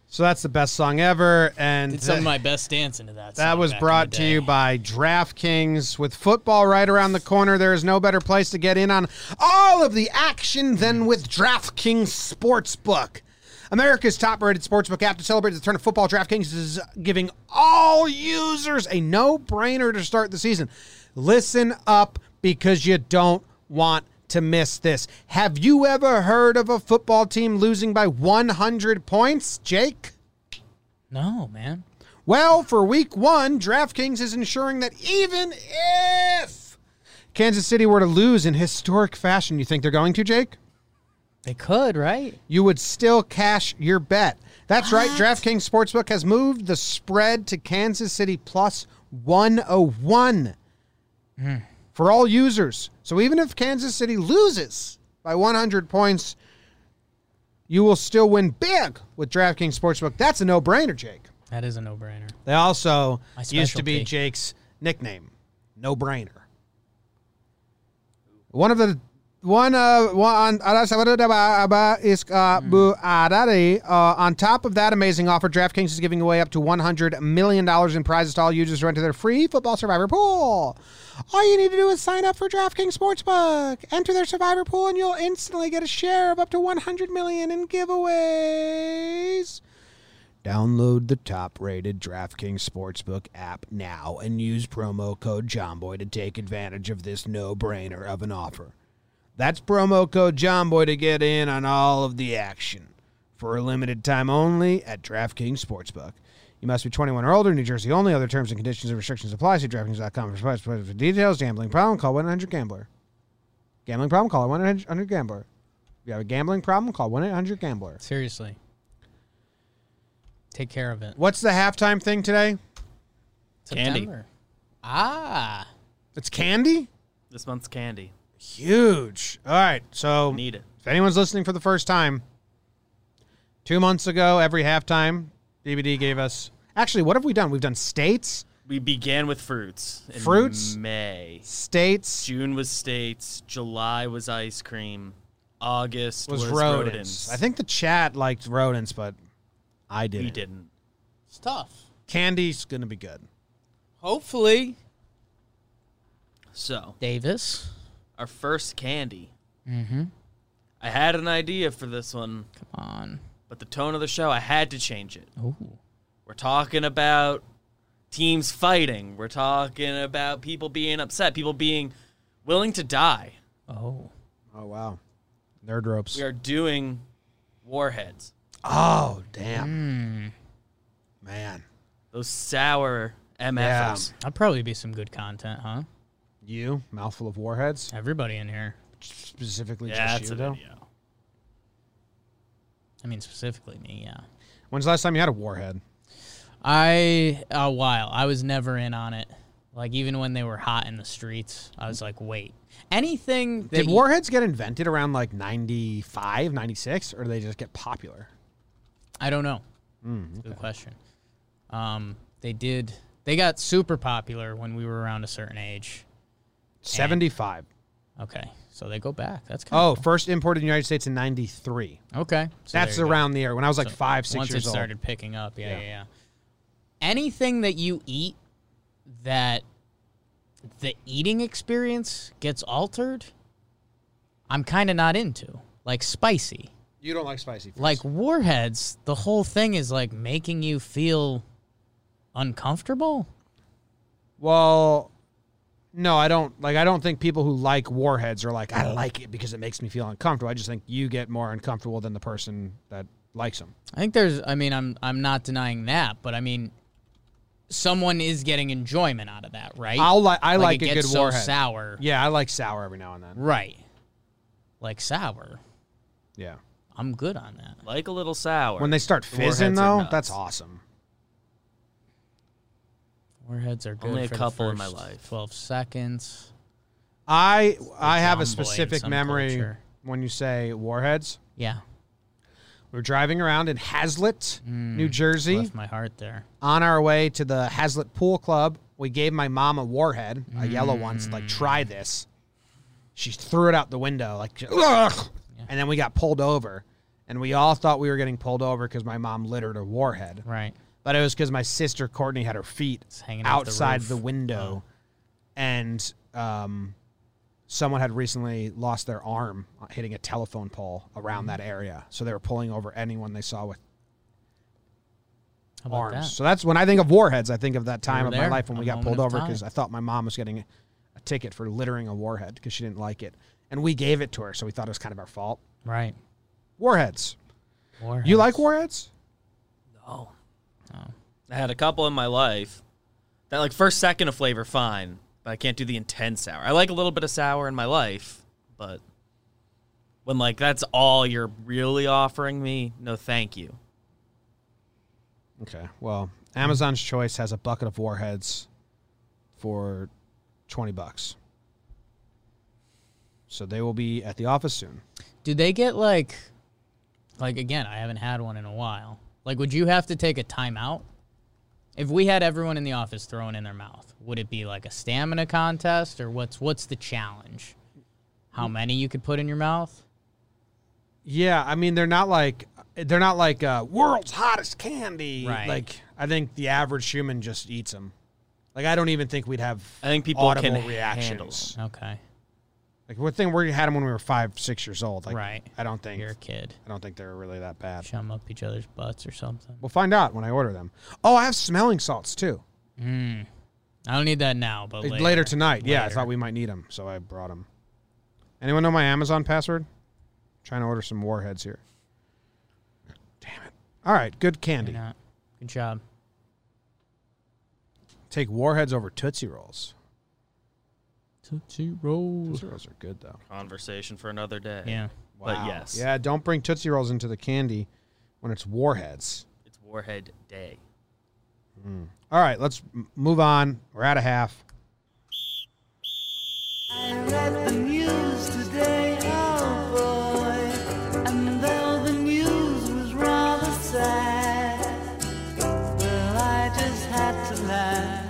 So that's the best song ever, and Did some of th- my best dancing to that. that song was back in brought the to you day. by DraftKings. With football right around the corner, there is no better place to get in on all of the action than with DraftKings Sportsbook. America's top-rated sportsbook app to celebrate the turn of football. DraftKings is giving all users a no-brainer to start the season. Listen up, because you don't want to miss this. Have you ever heard of a football team losing by 100 points, Jake? No, man. Well, for week one, DraftKings is ensuring that even if Kansas City were to lose in historic fashion, you think they're going to, Jake? They could, right? You would still cash your bet. That's right. DraftKings Sportsbook has moved the spread to Kansas City plus 101 for all users. So even if Kansas City loses by 100 points, you will still win big with DraftKings Sportsbook. That's a no brainer, Jake. That is a no-brainer. They also My used to be specialty. Jake's nickname, no brainer. One of the one uh one is uh, bu- adari. uh on top of that amazing offer DraftKings is giving away up to 100 million dollars in prizes to all users who enter their free football survivor pool. All you need to do is sign up for DraftKings Sportsbook. Enter their survivor pool and you'll instantly get a share of up to 100 million in giveaways. Download the top rated DraftKings Sportsbook app now and use promo code JOMBOY to take advantage of this no brainer of an offer. That's promo code JOMBOY to get in on all of the action for a limited time only at DraftKings Sportsbook. You must be 21 or older, New Jersey only. Other terms and conditions and restrictions apply. See DraftKings.com for sports- for details. Gambling problem, call 100 Gambler. Gambling problem, call 100 Gambler. If you have a gambling problem, call 1 800 Gambler. Seriously. Take care of it. What's the halftime thing today? Candy. September. Ah. It's candy? This month's candy. Huge. All right. So Need it. if anyone's listening for the first time, two months ago, every halftime, DVD gave us. Actually, what have we done? We've done states, We began with fruits. In Fruits? May. states, June was states. July was ice cream. August was, was, rodents. rodents. I think the chat liked rodents, but I didn't. we didn't. It's tough. Candy's going to be good. Hopefully. So Davis. our first candy. Mm-hmm. I had an idea for this one, Come on. but the tone of the show, I had to change it. Ooh. We're talking about teams fighting. We're talking about people being upset, people being willing to die. Oh. Oh, wow. Nerd ropes. We are doing warheads. Oh, damn. Hmm. Man. Those sour MFs. That'd probably be some good content, huh? You, mouthful of warheads, Everybody in here. specifically Yeah, just that's you, a though. video. I mean, specifically me, yeah. When's the last time you had a warhead? I, a while. I was never in on it. Like, even when they were hot in the streets, I was like, wait. Anything that. Did you- warheads get invented around like 95, 96, or did they just get popular? I don't know. Mm, Good question. Um, they did. They got super popular when we were around a certain age. 75. Okay, so they go back. That's kind Oh, first imported in the United States in 93. of, okay. So That's there you go. around the era when I was like So five, six Once years it old. started picking up, yeah, Yeah. yeah, yeah, Anything that you eat that the eating experience gets altered, I'm kind of not into, like spicy. You don't like spicy. Foods. Like warheads, the whole thing is like making you feel uncomfortable. well, no, I don't. Like I don't think people who like warheads are like I like it because it makes me feel uncomfortable. I just think you get more uncomfortable than the person that likes them. I think there's I mean I'm I'm not denying that, but I mean someone is getting enjoyment out of that, right? I'll like I like, it a gets good so warhead. sour. Yeah, I like sour every now and then. Right. Like sour. Yeah. I'm good on that. Like a little sour. When they start fizzing warheads are though, nuts. that's awesome. Warheads are good Only a for the couple in first my life. 12 seconds. I I John have Boy a in specific some memory culture. when you say warheads. Yeah. We were driving around in Hazlet, New Jersey, Left Hmm. my heart there. on our way to the Hazlet Pool Club. We gave my mom a warhead, a yellow one. said, like, Hmm. try this. She threw it out the window, like, j- "Ugh!" and then we got pulled over. And we all thought we were getting pulled over because my mom littered a warhead. Right. But it was because my sister Courtney had her feet hanging off the outside roof. Oh. the, window, and um, someone had recently lost their arm uh, hitting a telephone pole around Mm. that area. So they were pulling over anyone they saw with How about arms. that? So that's when I think of warheads. I think of that time were of my there, life when we a got moment pulled of over time. because I thought my mom was getting a ticket for littering a warhead because she didn't like it, and we gave it to her, so we thought it was kind of our fault. Right. Warheads. Warheads. You like warheads? Oh. I had a couple in my life. That like first second of flavor, fine. But I can't do the intense sour. I like a little bit of sour in my life, but when like that's all you're really offering me, no thank you. Okay. Well, Amazon's Choice has a bucket of warheads for 20 bucks. So they will be at the office soon. Do they get like like again, I haven't had one in a while. Like would you have to take a timeout? If we had everyone in the office throwing in their mouth, would it be like a stamina contest or what's what's the challenge? How Mm. many you could put in your mouth? Yeah, I mean they're not like they're not like uh, world's hottest candy. Right. Like I think the average human just eats them. Like I don't even think we'd have. I think people audible can handle reactions. Okay. Like we thing we had them when we were five, six years old. Like Right. I don't think You're a kid. I don't think they're really that bad. Chum up each other's butts or something. We'll find out when I order them. Oh, I have smelling salts too. I don't need that now, but Uh, Later, later. tonight. Yeah, I Later. thought we might need them, so I brought them. Anyone know my Amazon password? trying to order some warheads here. Damn it. All right, good Why candy. not? Good job. Take warheads over Tootsie Rolls. Tootsie roll. Tootsie Rolls are good, though. Conversation for another day. Yeah. But yes. Yeah, don't bring Tootsie Rolls into the candy when it's warheads. It's Warhead Day. All right, let's m- move on. We're out of half. I read the news today, oh boy. And though the news was rather sad, well, I just had to laugh.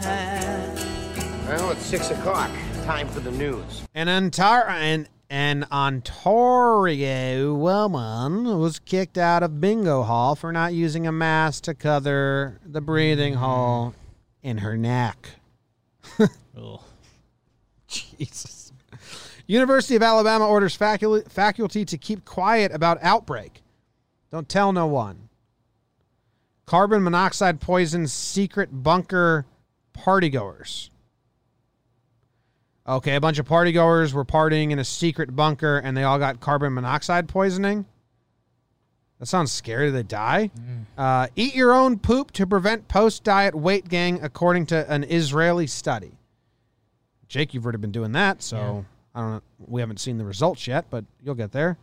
Well, it's six o'clock. Time for the news. An entire an, an Ontario woman was kicked out of bingo hall for not using a mask to cover the breathing hole in her neck. Ugh. Jesus. University of Alabama orders faculty, faculty to keep quiet about outbreak. Don't tell no one. Carbon monoxide poisons secret bunker partygoers. Okay, a bunch of partygoers were partying in a secret bunker and they all got carbon monoxide poisoning. That sounds scary. They die. Uh, eat your own poop to prevent post diet weight gain, according to an Israeli study. Jake, you've already been doing that, so I don't know. We haven't seen the results yet, but you'll get there.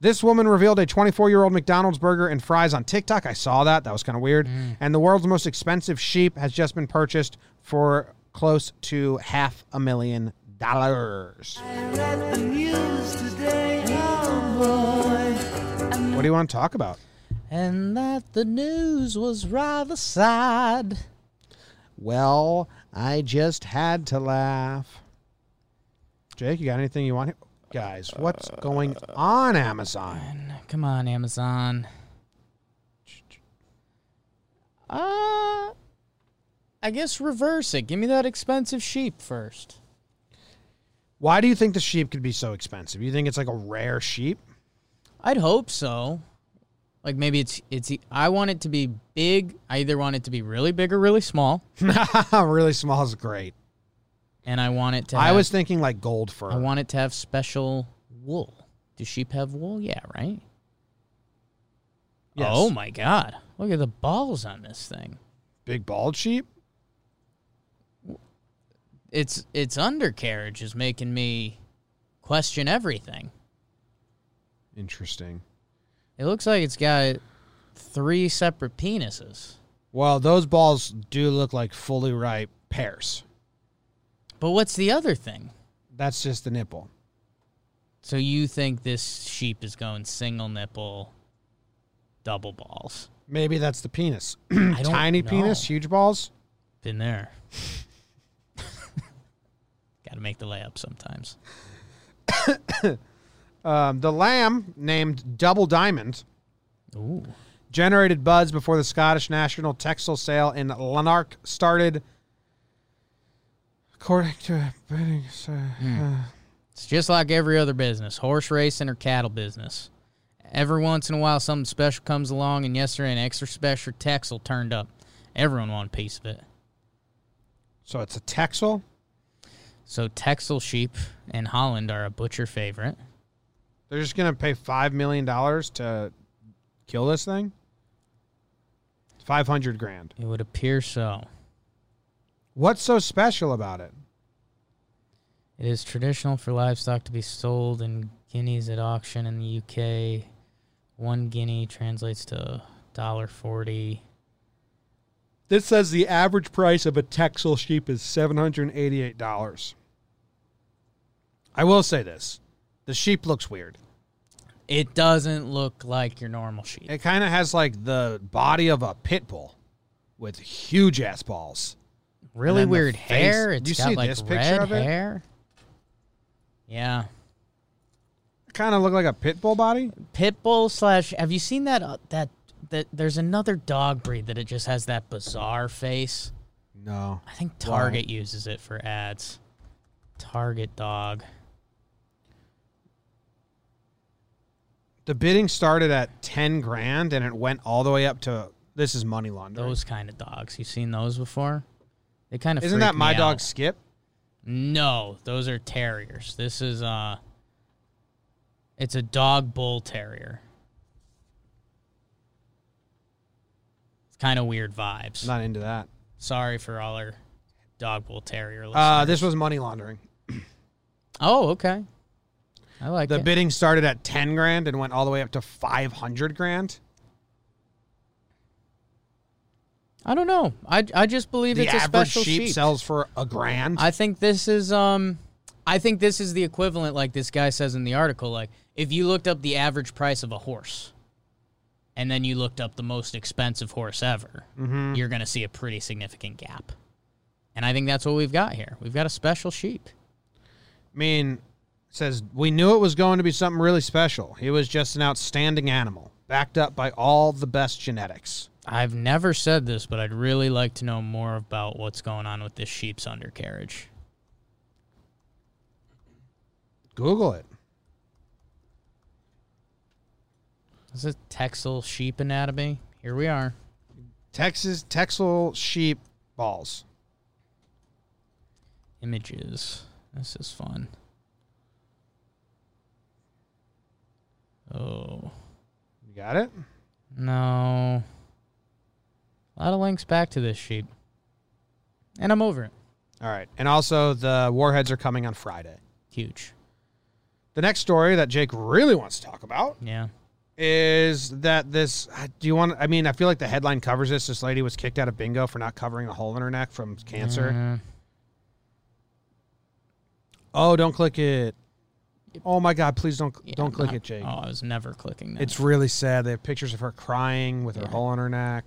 This woman revealed a 24 year old McDonald's burger and fries on TikTok. I saw that. That was kind of weird. And the world's most expensive sheep has just been purchased for close to half a million dollars. I read the news today, oh boy. What do you want to talk about? And that the news was rather sad. Well, I just had to laugh. Jake, you got anything you want? here? Guys, what's going on Amazon? Come on, Amazon. Uh, I guess reverse it. Give me that expensive sheep first. Why do you think the sheep could be so expensive? You think it's like a rare sheep? I'd hope so. Like maybe it's it's. I want it to be big. I either want it to be really big or really small, really small is great. and I want it to. I have- was thinking like gold fur. I want it to have special wool. Do sheep have wool? Yeah, right. Yes. Oh my god! Look at the balls on this thing. big bald sheep. It's its undercarriage is making me question everything. Interesting. It looks like it's got three separate penises. Well, those balls do look like fully ripe pears. But what's the other thing? That's just the nipple. So you think this sheep is going single nipple, double balls? Maybe that's the penis. I don't Tiny know. penis, huge balls. Been there. Got to make the layup sometimes. Um, the lamb, named Double Diamond, Ooh. generated buzz before the Scottish National Textile Sale in Lanark started. According to a betting site- It's just like every other business, horse racing or cattle business. Every once in a while, something special comes along, and yesterday, an extra special Texel turned up. Everyone wanted a piece of it. so it's a texel. So, Texel sheep in Holland are a butcher favorite. They're just gonna pay five million dollars to kill this thing. Five hundred grand. It would appear so. What's so special about it? It is traditional for livestock to be sold in guineas at auction in the UK. One guinea translates to dollar forty. This says the average price of a Texel sheep is $788. I will say this the sheep looks weird. It doesn't look like your normal sheep. It kind of has like the body of a pit bull with huge ass balls. Really then the weird face- hair. Do It's you got see like this picture red of it? hair. Yeah, Kind of look like a pit bull body. pit bull slash. Have you seen that? Uh, that that there's another dog breed that it just has that bizarre face. No. I think Target uses it for ads. Target dog. The bidding started at 10 grand and it went all the way up to this is money laundering. Those kind of dogs. You've seen those before? They kind of Isn't that freak my me dog out. Skip? No, those are terriers. This is uh it's a dog bull terrier. It's kind of weird vibes. Not into that. Sorry for all our dog bull terrier listeners. Uh, this was money laundering. oh, okay. I like The it. bidding started at 10 grand and went all the way up to 500 grand. I don't know. I I just believe the it's a average special sheep, sheep. sells for a grand. I think this is um I think this is the equivalent like this guy says in the article like if you looked up the average price of a horse and then you looked up the most expensive horse ever you're going to see a pretty significant gap. And I think that's what we've got here. We've got a special sheep. I mean, it says we knew it was going to be something really special. He was just an outstanding animal, backed up by all the best genetics. I've never said this but I'd really like to know more about what's going on with this sheep's undercarriage. Google it. This is Texel sheep anatomy. Here we are. Texas Texel sheep balls. images. This is fun. Oh You got it? no! A lot of links back to this sheep, and I'm over it. All right. And also the warheads are coming on Friday. Huge, The next story that Jake really wants to talk about yeah. is that this uh, do you want I mean, I feel like the headline covers this. This lady was kicked out of bingo for not covering a hole in her neck from cancer. Uh, Oh, don't click it. Oh my God! Please don't yeah, don't I'm click not- it, Jake. Oh, I was never clicking that. It's really sad. They have pictures of her crying with her Yeah. hole in her neck.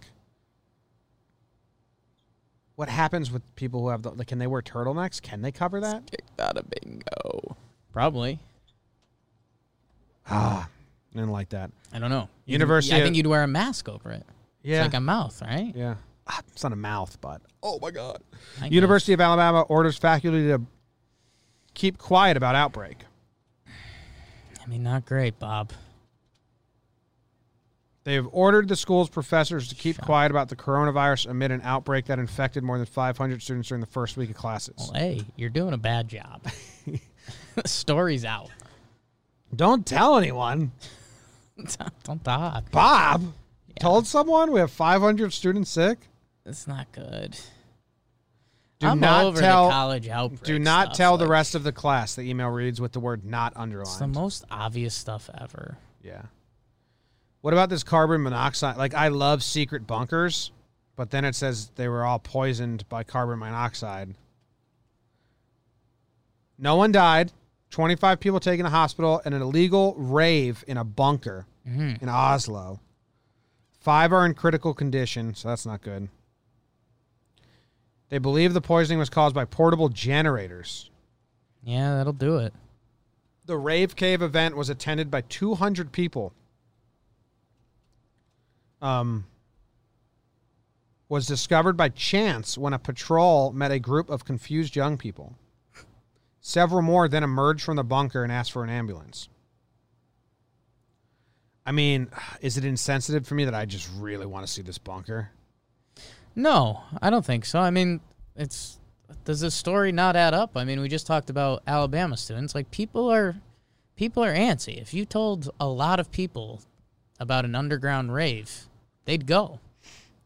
What happens with people who have the? Like, can they wear turtlenecks? Can they cover that? kicked out of bingo. Probably. Ah, I didn't like that. I don't know. You'd- University I of- think you'd wear a mask over it. Yeah, It's like a mouth, right? yeah. Ah, it's not a mouth, but oh my God. I guess. University of Alabama orders faculty to keep quiet about Outbreak. I mean, not great, Bob. They have ordered the school's professors to keep quiet about the coronavirus amid an outbreak that infected more than 500 students during the first week of classes. Well, hey, you're doing a bad job. Story's out. Don't tell anyone. Don't talk. Bob told someone we have 500 students sick. It's not good. Do I'm not over tell- the college outbreak. Do not stuff, tell the like, rest of the class. The email reads with the word not underlined. It's the most obvious stuff ever. Yeah. What about this carbon monoxide? Like, I love secret bunkers, but then it says they were all poisoned by carbon monoxide. No one died. 25 people taken to hospital and an illegal rave in a bunker in Oslo. Five are in critical condition, so that's not good. They believe the poisoning was caused by portable generators. Yeah, that'll do it. The Rave Cave event was attended by 200 people. Um, was discovered by chance when a patrol met a group of confused young people. Several more then emerged from the bunker and asked for an ambulance. I mean, is it insensitive for me that I just really want to see this bunker? No, I don't think so. I mean, it's does this story not add up? I mean, we just talked about Alabama students. Like people are people are antsy. If you told a lot of people about an underground rave, they'd go.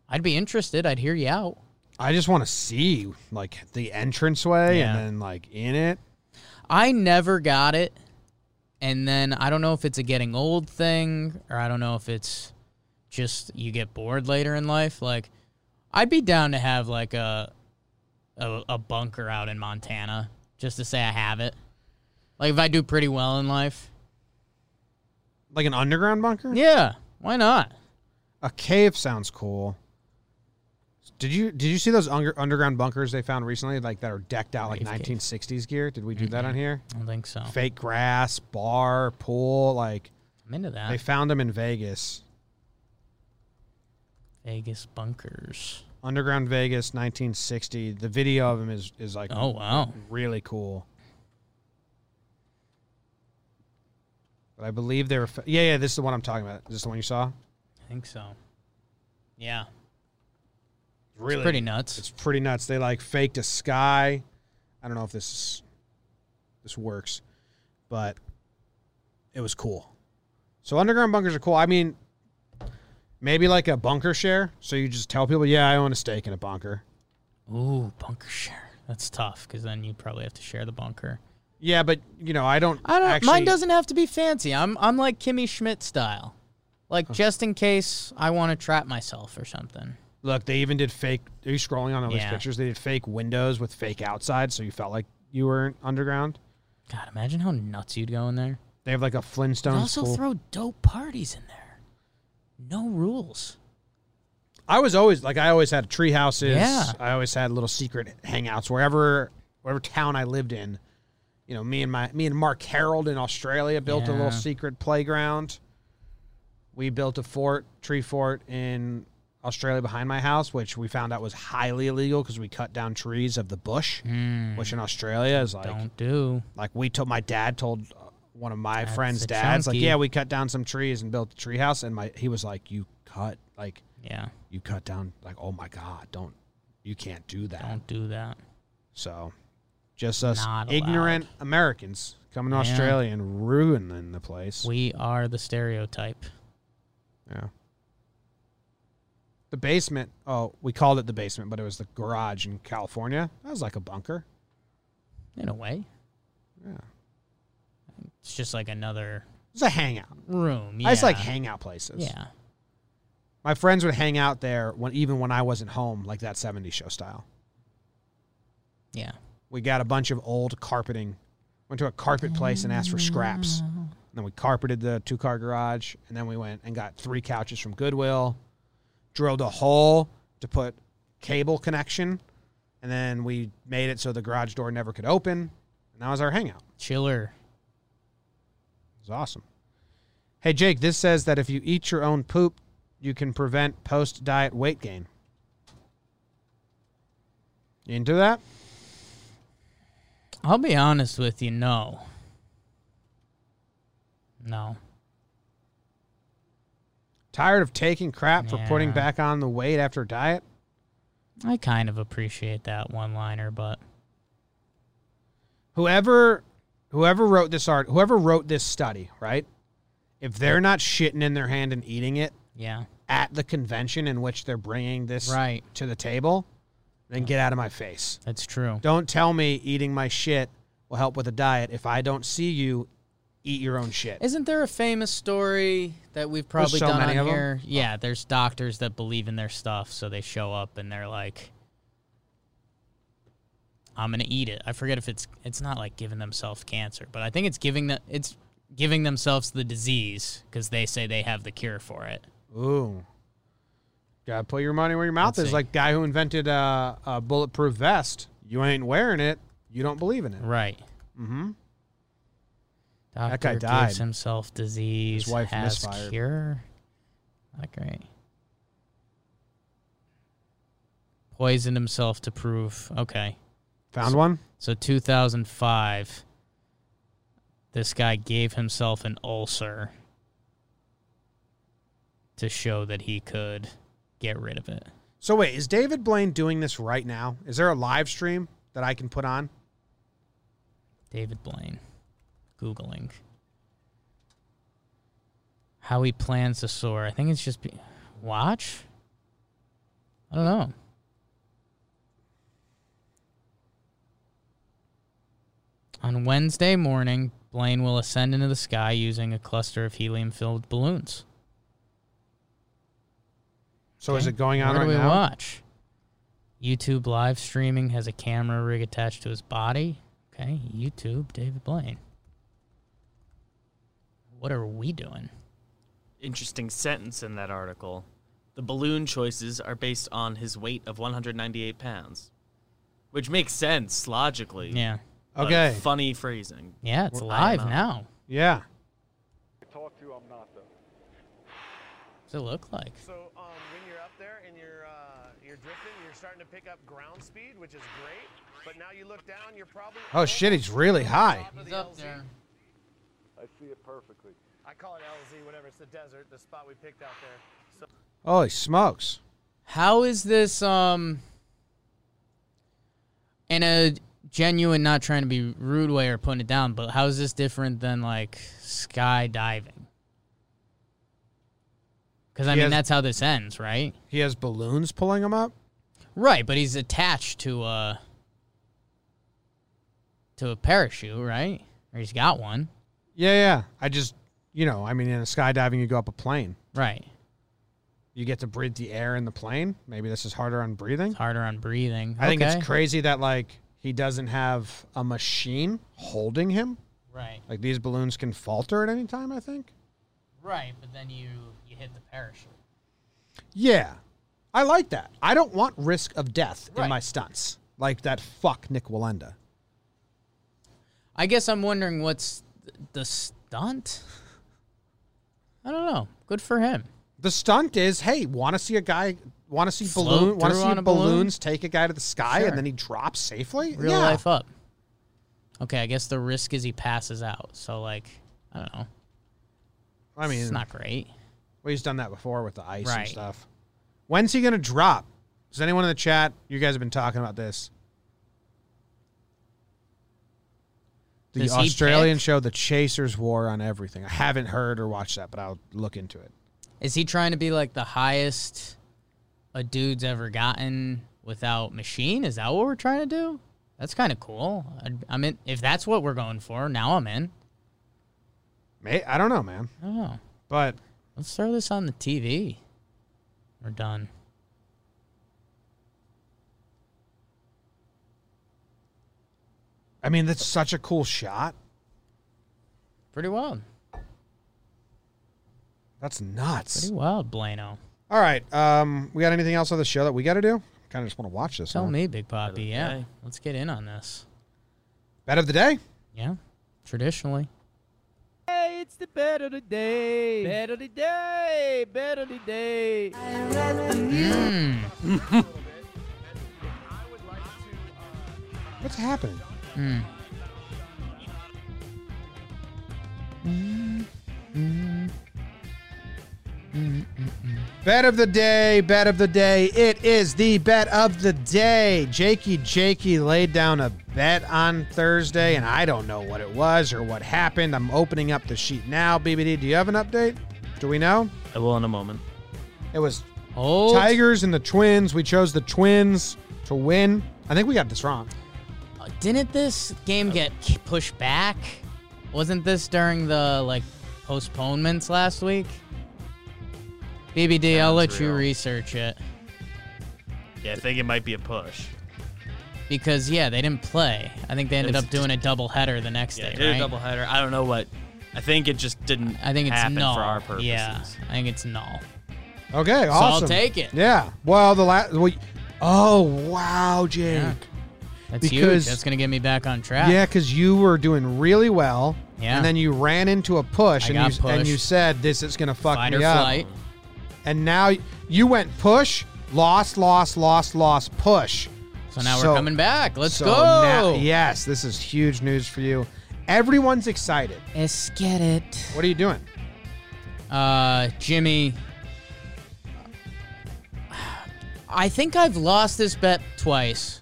I'd be interested. I'd hear you out. I just want to see like the entranceway Yeah. and then like in it. I never got it. And then I don't know if it's a getting old thing or I don't know if it's just you get bored later in life. Like I'd be down to have like a a, a bunker out in Montana just to say I have it. Like if I do pretty well in life. Like an underground bunker? Yeah, why not? A cave sounds cool. Did you did you see those under, underground bunkers they found recently, like that are decked out like Rave cave. 1960s gear? Did we do that on here? I don't think so. Fake grass, bar, pool. Like I'm into that. they found them in Vegas, Vegas bunkers. underground Vegas, 1960. The video of them is is like Oh wow. really cool. But I believe they were. fa- yeah, yeah. This is the one I'm talking about. Is this the one you saw? I think so. Yeah. Really It's pretty nuts. It's pretty nuts. They like faked a sky. I don't know if this is, this works, but it was cool. So underground bunkers are cool. I mean, maybe like a bunker share. So you just tell people, yeah, I own a stake in a bunker. Ooh, bunker share. That's tough because then you'd probably have to share the bunker. Yeah, but you know, I don't. I don't. Actually, mine doesn't have to be fancy. I'm I'm like Kimmy Schmidt style, like just in case I want to trap myself or something. Look, they even did fake. Are you scrolling on all these Yeah. pictures? They did fake windows with fake outside, so you felt like you were underground. God, imagine how nuts you'd go in there. They have like a You'd Flintstones. also pool. throw dope parties in there. No rules. I was always like I always had tree houses. Yeah. I always had little secret hangouts wherever wherever town I lived in. You know, me and my me and Mark Harold in Australia built a Yeah. little secret playground. We built a fort, tree fort in Australia behind my house, which we found out was highly illegal because we cut down trees of the bush, which in Australia is like Hmm. don't do. like we told my dad told uh, one of my That's friends' a dads like chunky. yeah we cut down some trees and built a tree house and my he was like you cut like Yeah, you cut down like oh my god don't you can't do that don't do that. so just us Not ignorant americans coming to Yeah. australia and ruining the place We are the stereotype. yeah the basement oh we called it the basement but it was the garage in california that was like a bunker In a way, yeah it it's just like another was a hangout room. i just like yeah. hangout places Yeah. my friends would hang out there when even when i wasn't home like that 70s show style Yeah. we got a bunch of old carpeting. Went to a carpet place and asked for scraps. And then we carpeted the two car garage. And then we went and got three couches from Goodwill, drilled a hole to put cable connection. And then we made it so the garage door never could open. And that was our hangout. Chiller. It was awesome. Hey, Jake, this says that if you eat your own poop, you can prevent post diet weight gain. You into that? I'll be honest with you, no. No. Tired of taking crap for putting Yeah. back on the weight after diet? I kind of appreciate that one liner, but Whoever whoever wrote this art, whoever wrote this study, right? If they're not shitting in their hand and eating it yeah. at the convention in which they're bringing this Right. to the table, then get out of my face. That's true. Don't tell me eating my shit will help with a diet if I don't see you eat your own shit. Isn't there a famous story that we've probably so done many on of 'em. here? Yeah, there's doctors that believe in their stuff, so they show up and they're like, "I'm gonna eat it." I forget if it's it's not like giving themselves cancer, but I think it's giving the it's giving themselves the disease because they say they have the cure for it. Ooh. Gotta put your money where your mouth Let's is. see. Like guy who invented uh, a bulletproof vest. You ain't wearing it. You don't believe in it. Right. Mm-hmm. That guy Doctor died. gives himself disease. His wife has misfired. cure. Not great. Poisoned himself to prove. Okay. Found one? So 2005, this guy gave himself an ulcer to show that he could get rid of it. So wait, is David Blaine doing this right now? Is there a live stream that I can put on? David Blaine. Googling. How he plans to soar. I think it's just. Be- watch? I don't know. On Wednesday morning, Blaine will ascend into the sky using a cluster of helium filled balloons. So is Okay. it going on Where do right we now? watch? YouTube live streaming has a camera rig attached to his body. Okay, YouTube, David Blaine. What are we doing? Interesting sentence in that article. The balloon choices are based on his weight of 198 pounds, which makes sense logically. Yeah. but Okay. Funny phrasing. Yeah, it's We're live eyeing up. now. Yeah. talk to, I'm not though. What's it look like? So um, when you're up there and you're uh, you're drifting, you're starting to pick up ground speed, which is great. But now you look down, you're probably Oh shit, he's really high. Top of the LZ. I see it perfectly. I call it LZ, whatever. It's the desert, the spot we picked out there. So Holy smokes. How is this um in a genuine not trying to be rude way or putting it down, but how is this different than like skydiving? Cuz I He mean has- that's how this ends, right? He has balloons pulling him up? Right, but he's attached to a to a parachute, right? Or he's got one, Yeah, yeah. I just you know, I mean in a skydiving you go up a plane. right? You get to breathe the air in the plane. Maybe this is harder on breathing. Harder on breathing. I think Okay. it's crazy that like he doesn't have a machine holding him. right, Like these balloons can falter at any time, I think. right. But then you you hit the parachute. Yeah. I like that. I don't want risk of death in Right. my stunts. Like that fuck Nick Walenda. I guess I'm wondering what's th- the stunt. I don't know. Good for him. The stunt is, hey, want to see a guy want to see Float balloon want to through see on a balloons balloon? take a guy to the sky Sure. and then he drops safely? Real yeah. life up. Okay, I guess the risk is he passes out. So like, I don't know. I mean, it's not great. well, he's done that before with the ice and Right. stuff. When's he going to drop? Is anyone in the chat? You guys have been talking about this. The Does he Australian pick? show, The Chasers War on Everything. I haven't heard or watched that, but I'll look into it. Is he trying to be like the highest a dude's ever gotten without machine? Is that what we're trying to do? That's kind of cool. I, I mean, if that's what we're going for, now I'm in. May I don't know, man. I don't know. But Let's throw this on the TV. We're done. I mean, that's such a cool shot. Pretty wild. That's nuts. Pretty wild, Blano. All right. Um, we got anything else on the show that we got to do? Kind of just want to watch this. Tell huh? me, Big Poppy. Yeah. Okay. Let's get in on this. Bet of the day. Yeah. Traditionally. I read the news. What's happening? Bet of the day, bet of the day. It is the bet of the day. Jakey Jakey laid down a bet on Thursday, and I don't know what it was or what happened. I'm opening up the sheet now. BBD, do you have an update? Do we know? I will in a moment. It was Oh, Tigers and the Twins. We chose the Twins to win. I think we got this wrong. Uh, didn't this game get k- pushed back? Wasn't this during the like postponements last week? BBD, I'll Sounds let you real. research it Yeah, I think it might be a push. because yeah, they didn't play. I think they ended was up doing a double header the next Yeah, day, did a right? double header. I don't know what. I think it just didn't. I think it's happen null. for our purposes. Yeah, I think it's null. Okay, So awesome. I'll take it. Yeah. Well, the last. Well, y- oh wow, Jake. Yeah. That's huge. Because- That's gonna get me back on track. Yeah, because you were doing really well. Yeah. And then you ran into a push, I and got you and you pushed. said this is gonna fuck Fight me or up. flight. And now y- you went push, lost, lost, lost, lost, push. So now So- we're coming back. Let's so go. now- yes, this is huge news for you. Everyone's excited. Let's get it. What are you doing? Uh, Jimmy. I think I've lost this bet twice,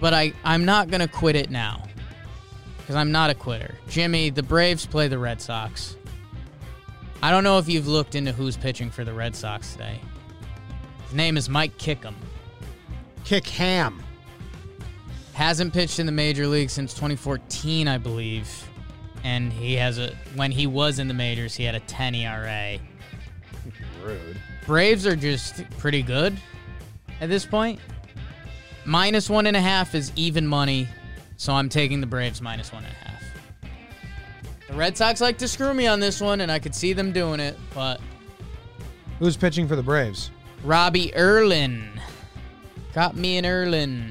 but I, I'm not going to quit it now because I'm not a quitter. Jimmy, the Braves play the Red Sox. I don't know if you've looked into who's pitching for the Red Sox today. His name is Mike Kickham. Kick ham. hasn't pitched in the major league since 2014, I believe. And he has a when he was in the majors, he had a 10 ERA. Rude. Braves are just pretty good at this point. Minus one and a half is even money, so I'm taking the Braves minus one and a half. The Red Sox like to screw me on this one, and I could see them doing it, but Who's pitching for the Braves? Robbie Erlin. Got me an Erlin.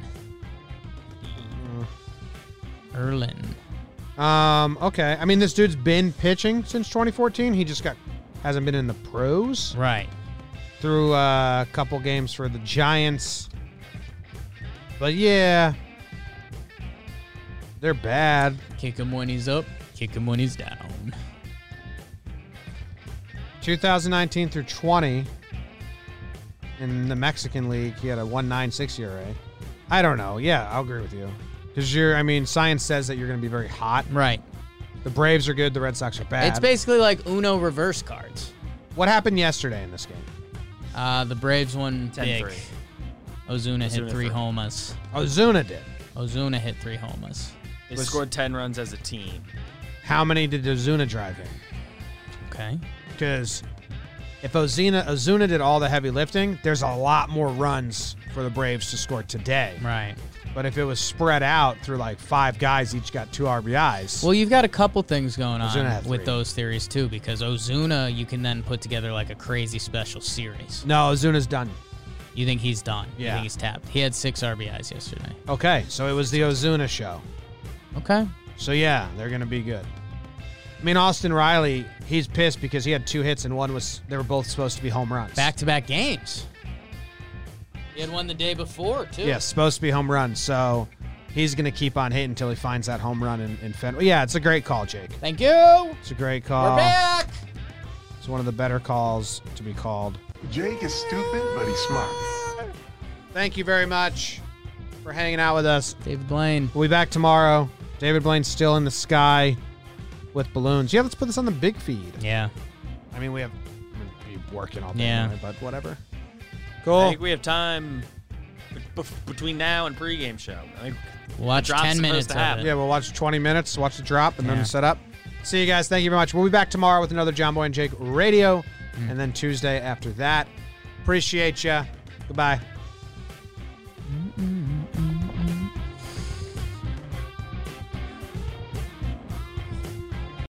Erlin. Um, okay. I mean, this dude's been pitching since 2014. He just got hasn't been in the pros. Right. Through uh, a couple games for the Giants. But yeah, they're bad. Kick him when he's up, kick him when he's down. 2019 through 20 in the Mexican League, he had a 1.96 ERA. E I don't know. Yeah, I'll agree with you. Because you're, I mean, science says that you're going to be very hot. Right. The Braves are good. The Red Sox are bad. It's basically like Uno reverse cards. what happened yesterday in this game? Uh, the Braves won 10-3. big. Ozuna hit Ozuna three for- homers. Ozuna Oh, did. Ozuna hit three homers. They Was- scored ten runs as a team. How many did Ozuna drive in? Okay. Because if Ozuna Ozuna did all the heavy lifting, there's a lot more runs for the Braves to score today. Right. But if it was spread out through like five guys, each got two RBIs. Well, you've got a couple things going Ozuna had on with three. those theories too, because Ozuna you can then put together like a crazy special series. no, Ozuna's done. You think he's done? You Yeah. think he's tapped? He had six RBIs yesterday. Okay, so it was the Ozuna show. Okay. So yeah, they're gonna be good. I mean, Austin Riley, he's pissed because he had two hits and one was they were both supposed to be home runs. Back to back games. He had one the day before too. Yeah, supposed to be home runs. So he's gonna keep on hitting until he finds that home run in, in Fenway. Yeah, it's a great call, Jake. Thank you. It's a great We're call. back. It's one of the better calls to be called. Jake is stupid, but he's smart. Thank you very much for hanging out with us. David Blaine. We'll be back tomorrow. David Blaine's still in the sky with balloons. Yeah, let's put this on the big feed. Yeah. I mean, we have we working all day, Yeah. anyway, but whatever. I Cool. think we have time be- bef- between now and pregame show. I think Watch drop's 10 supposed minutes to of happen. it. yeah, we'll watch 20 minutes, watch the drop, and Yeah. then set up. See you guys. Thank you very much. We'll be back tomorrow with another John Boy Mm. and Jake radio, and then Tuesday after that. Appreciate ya. Goodbye.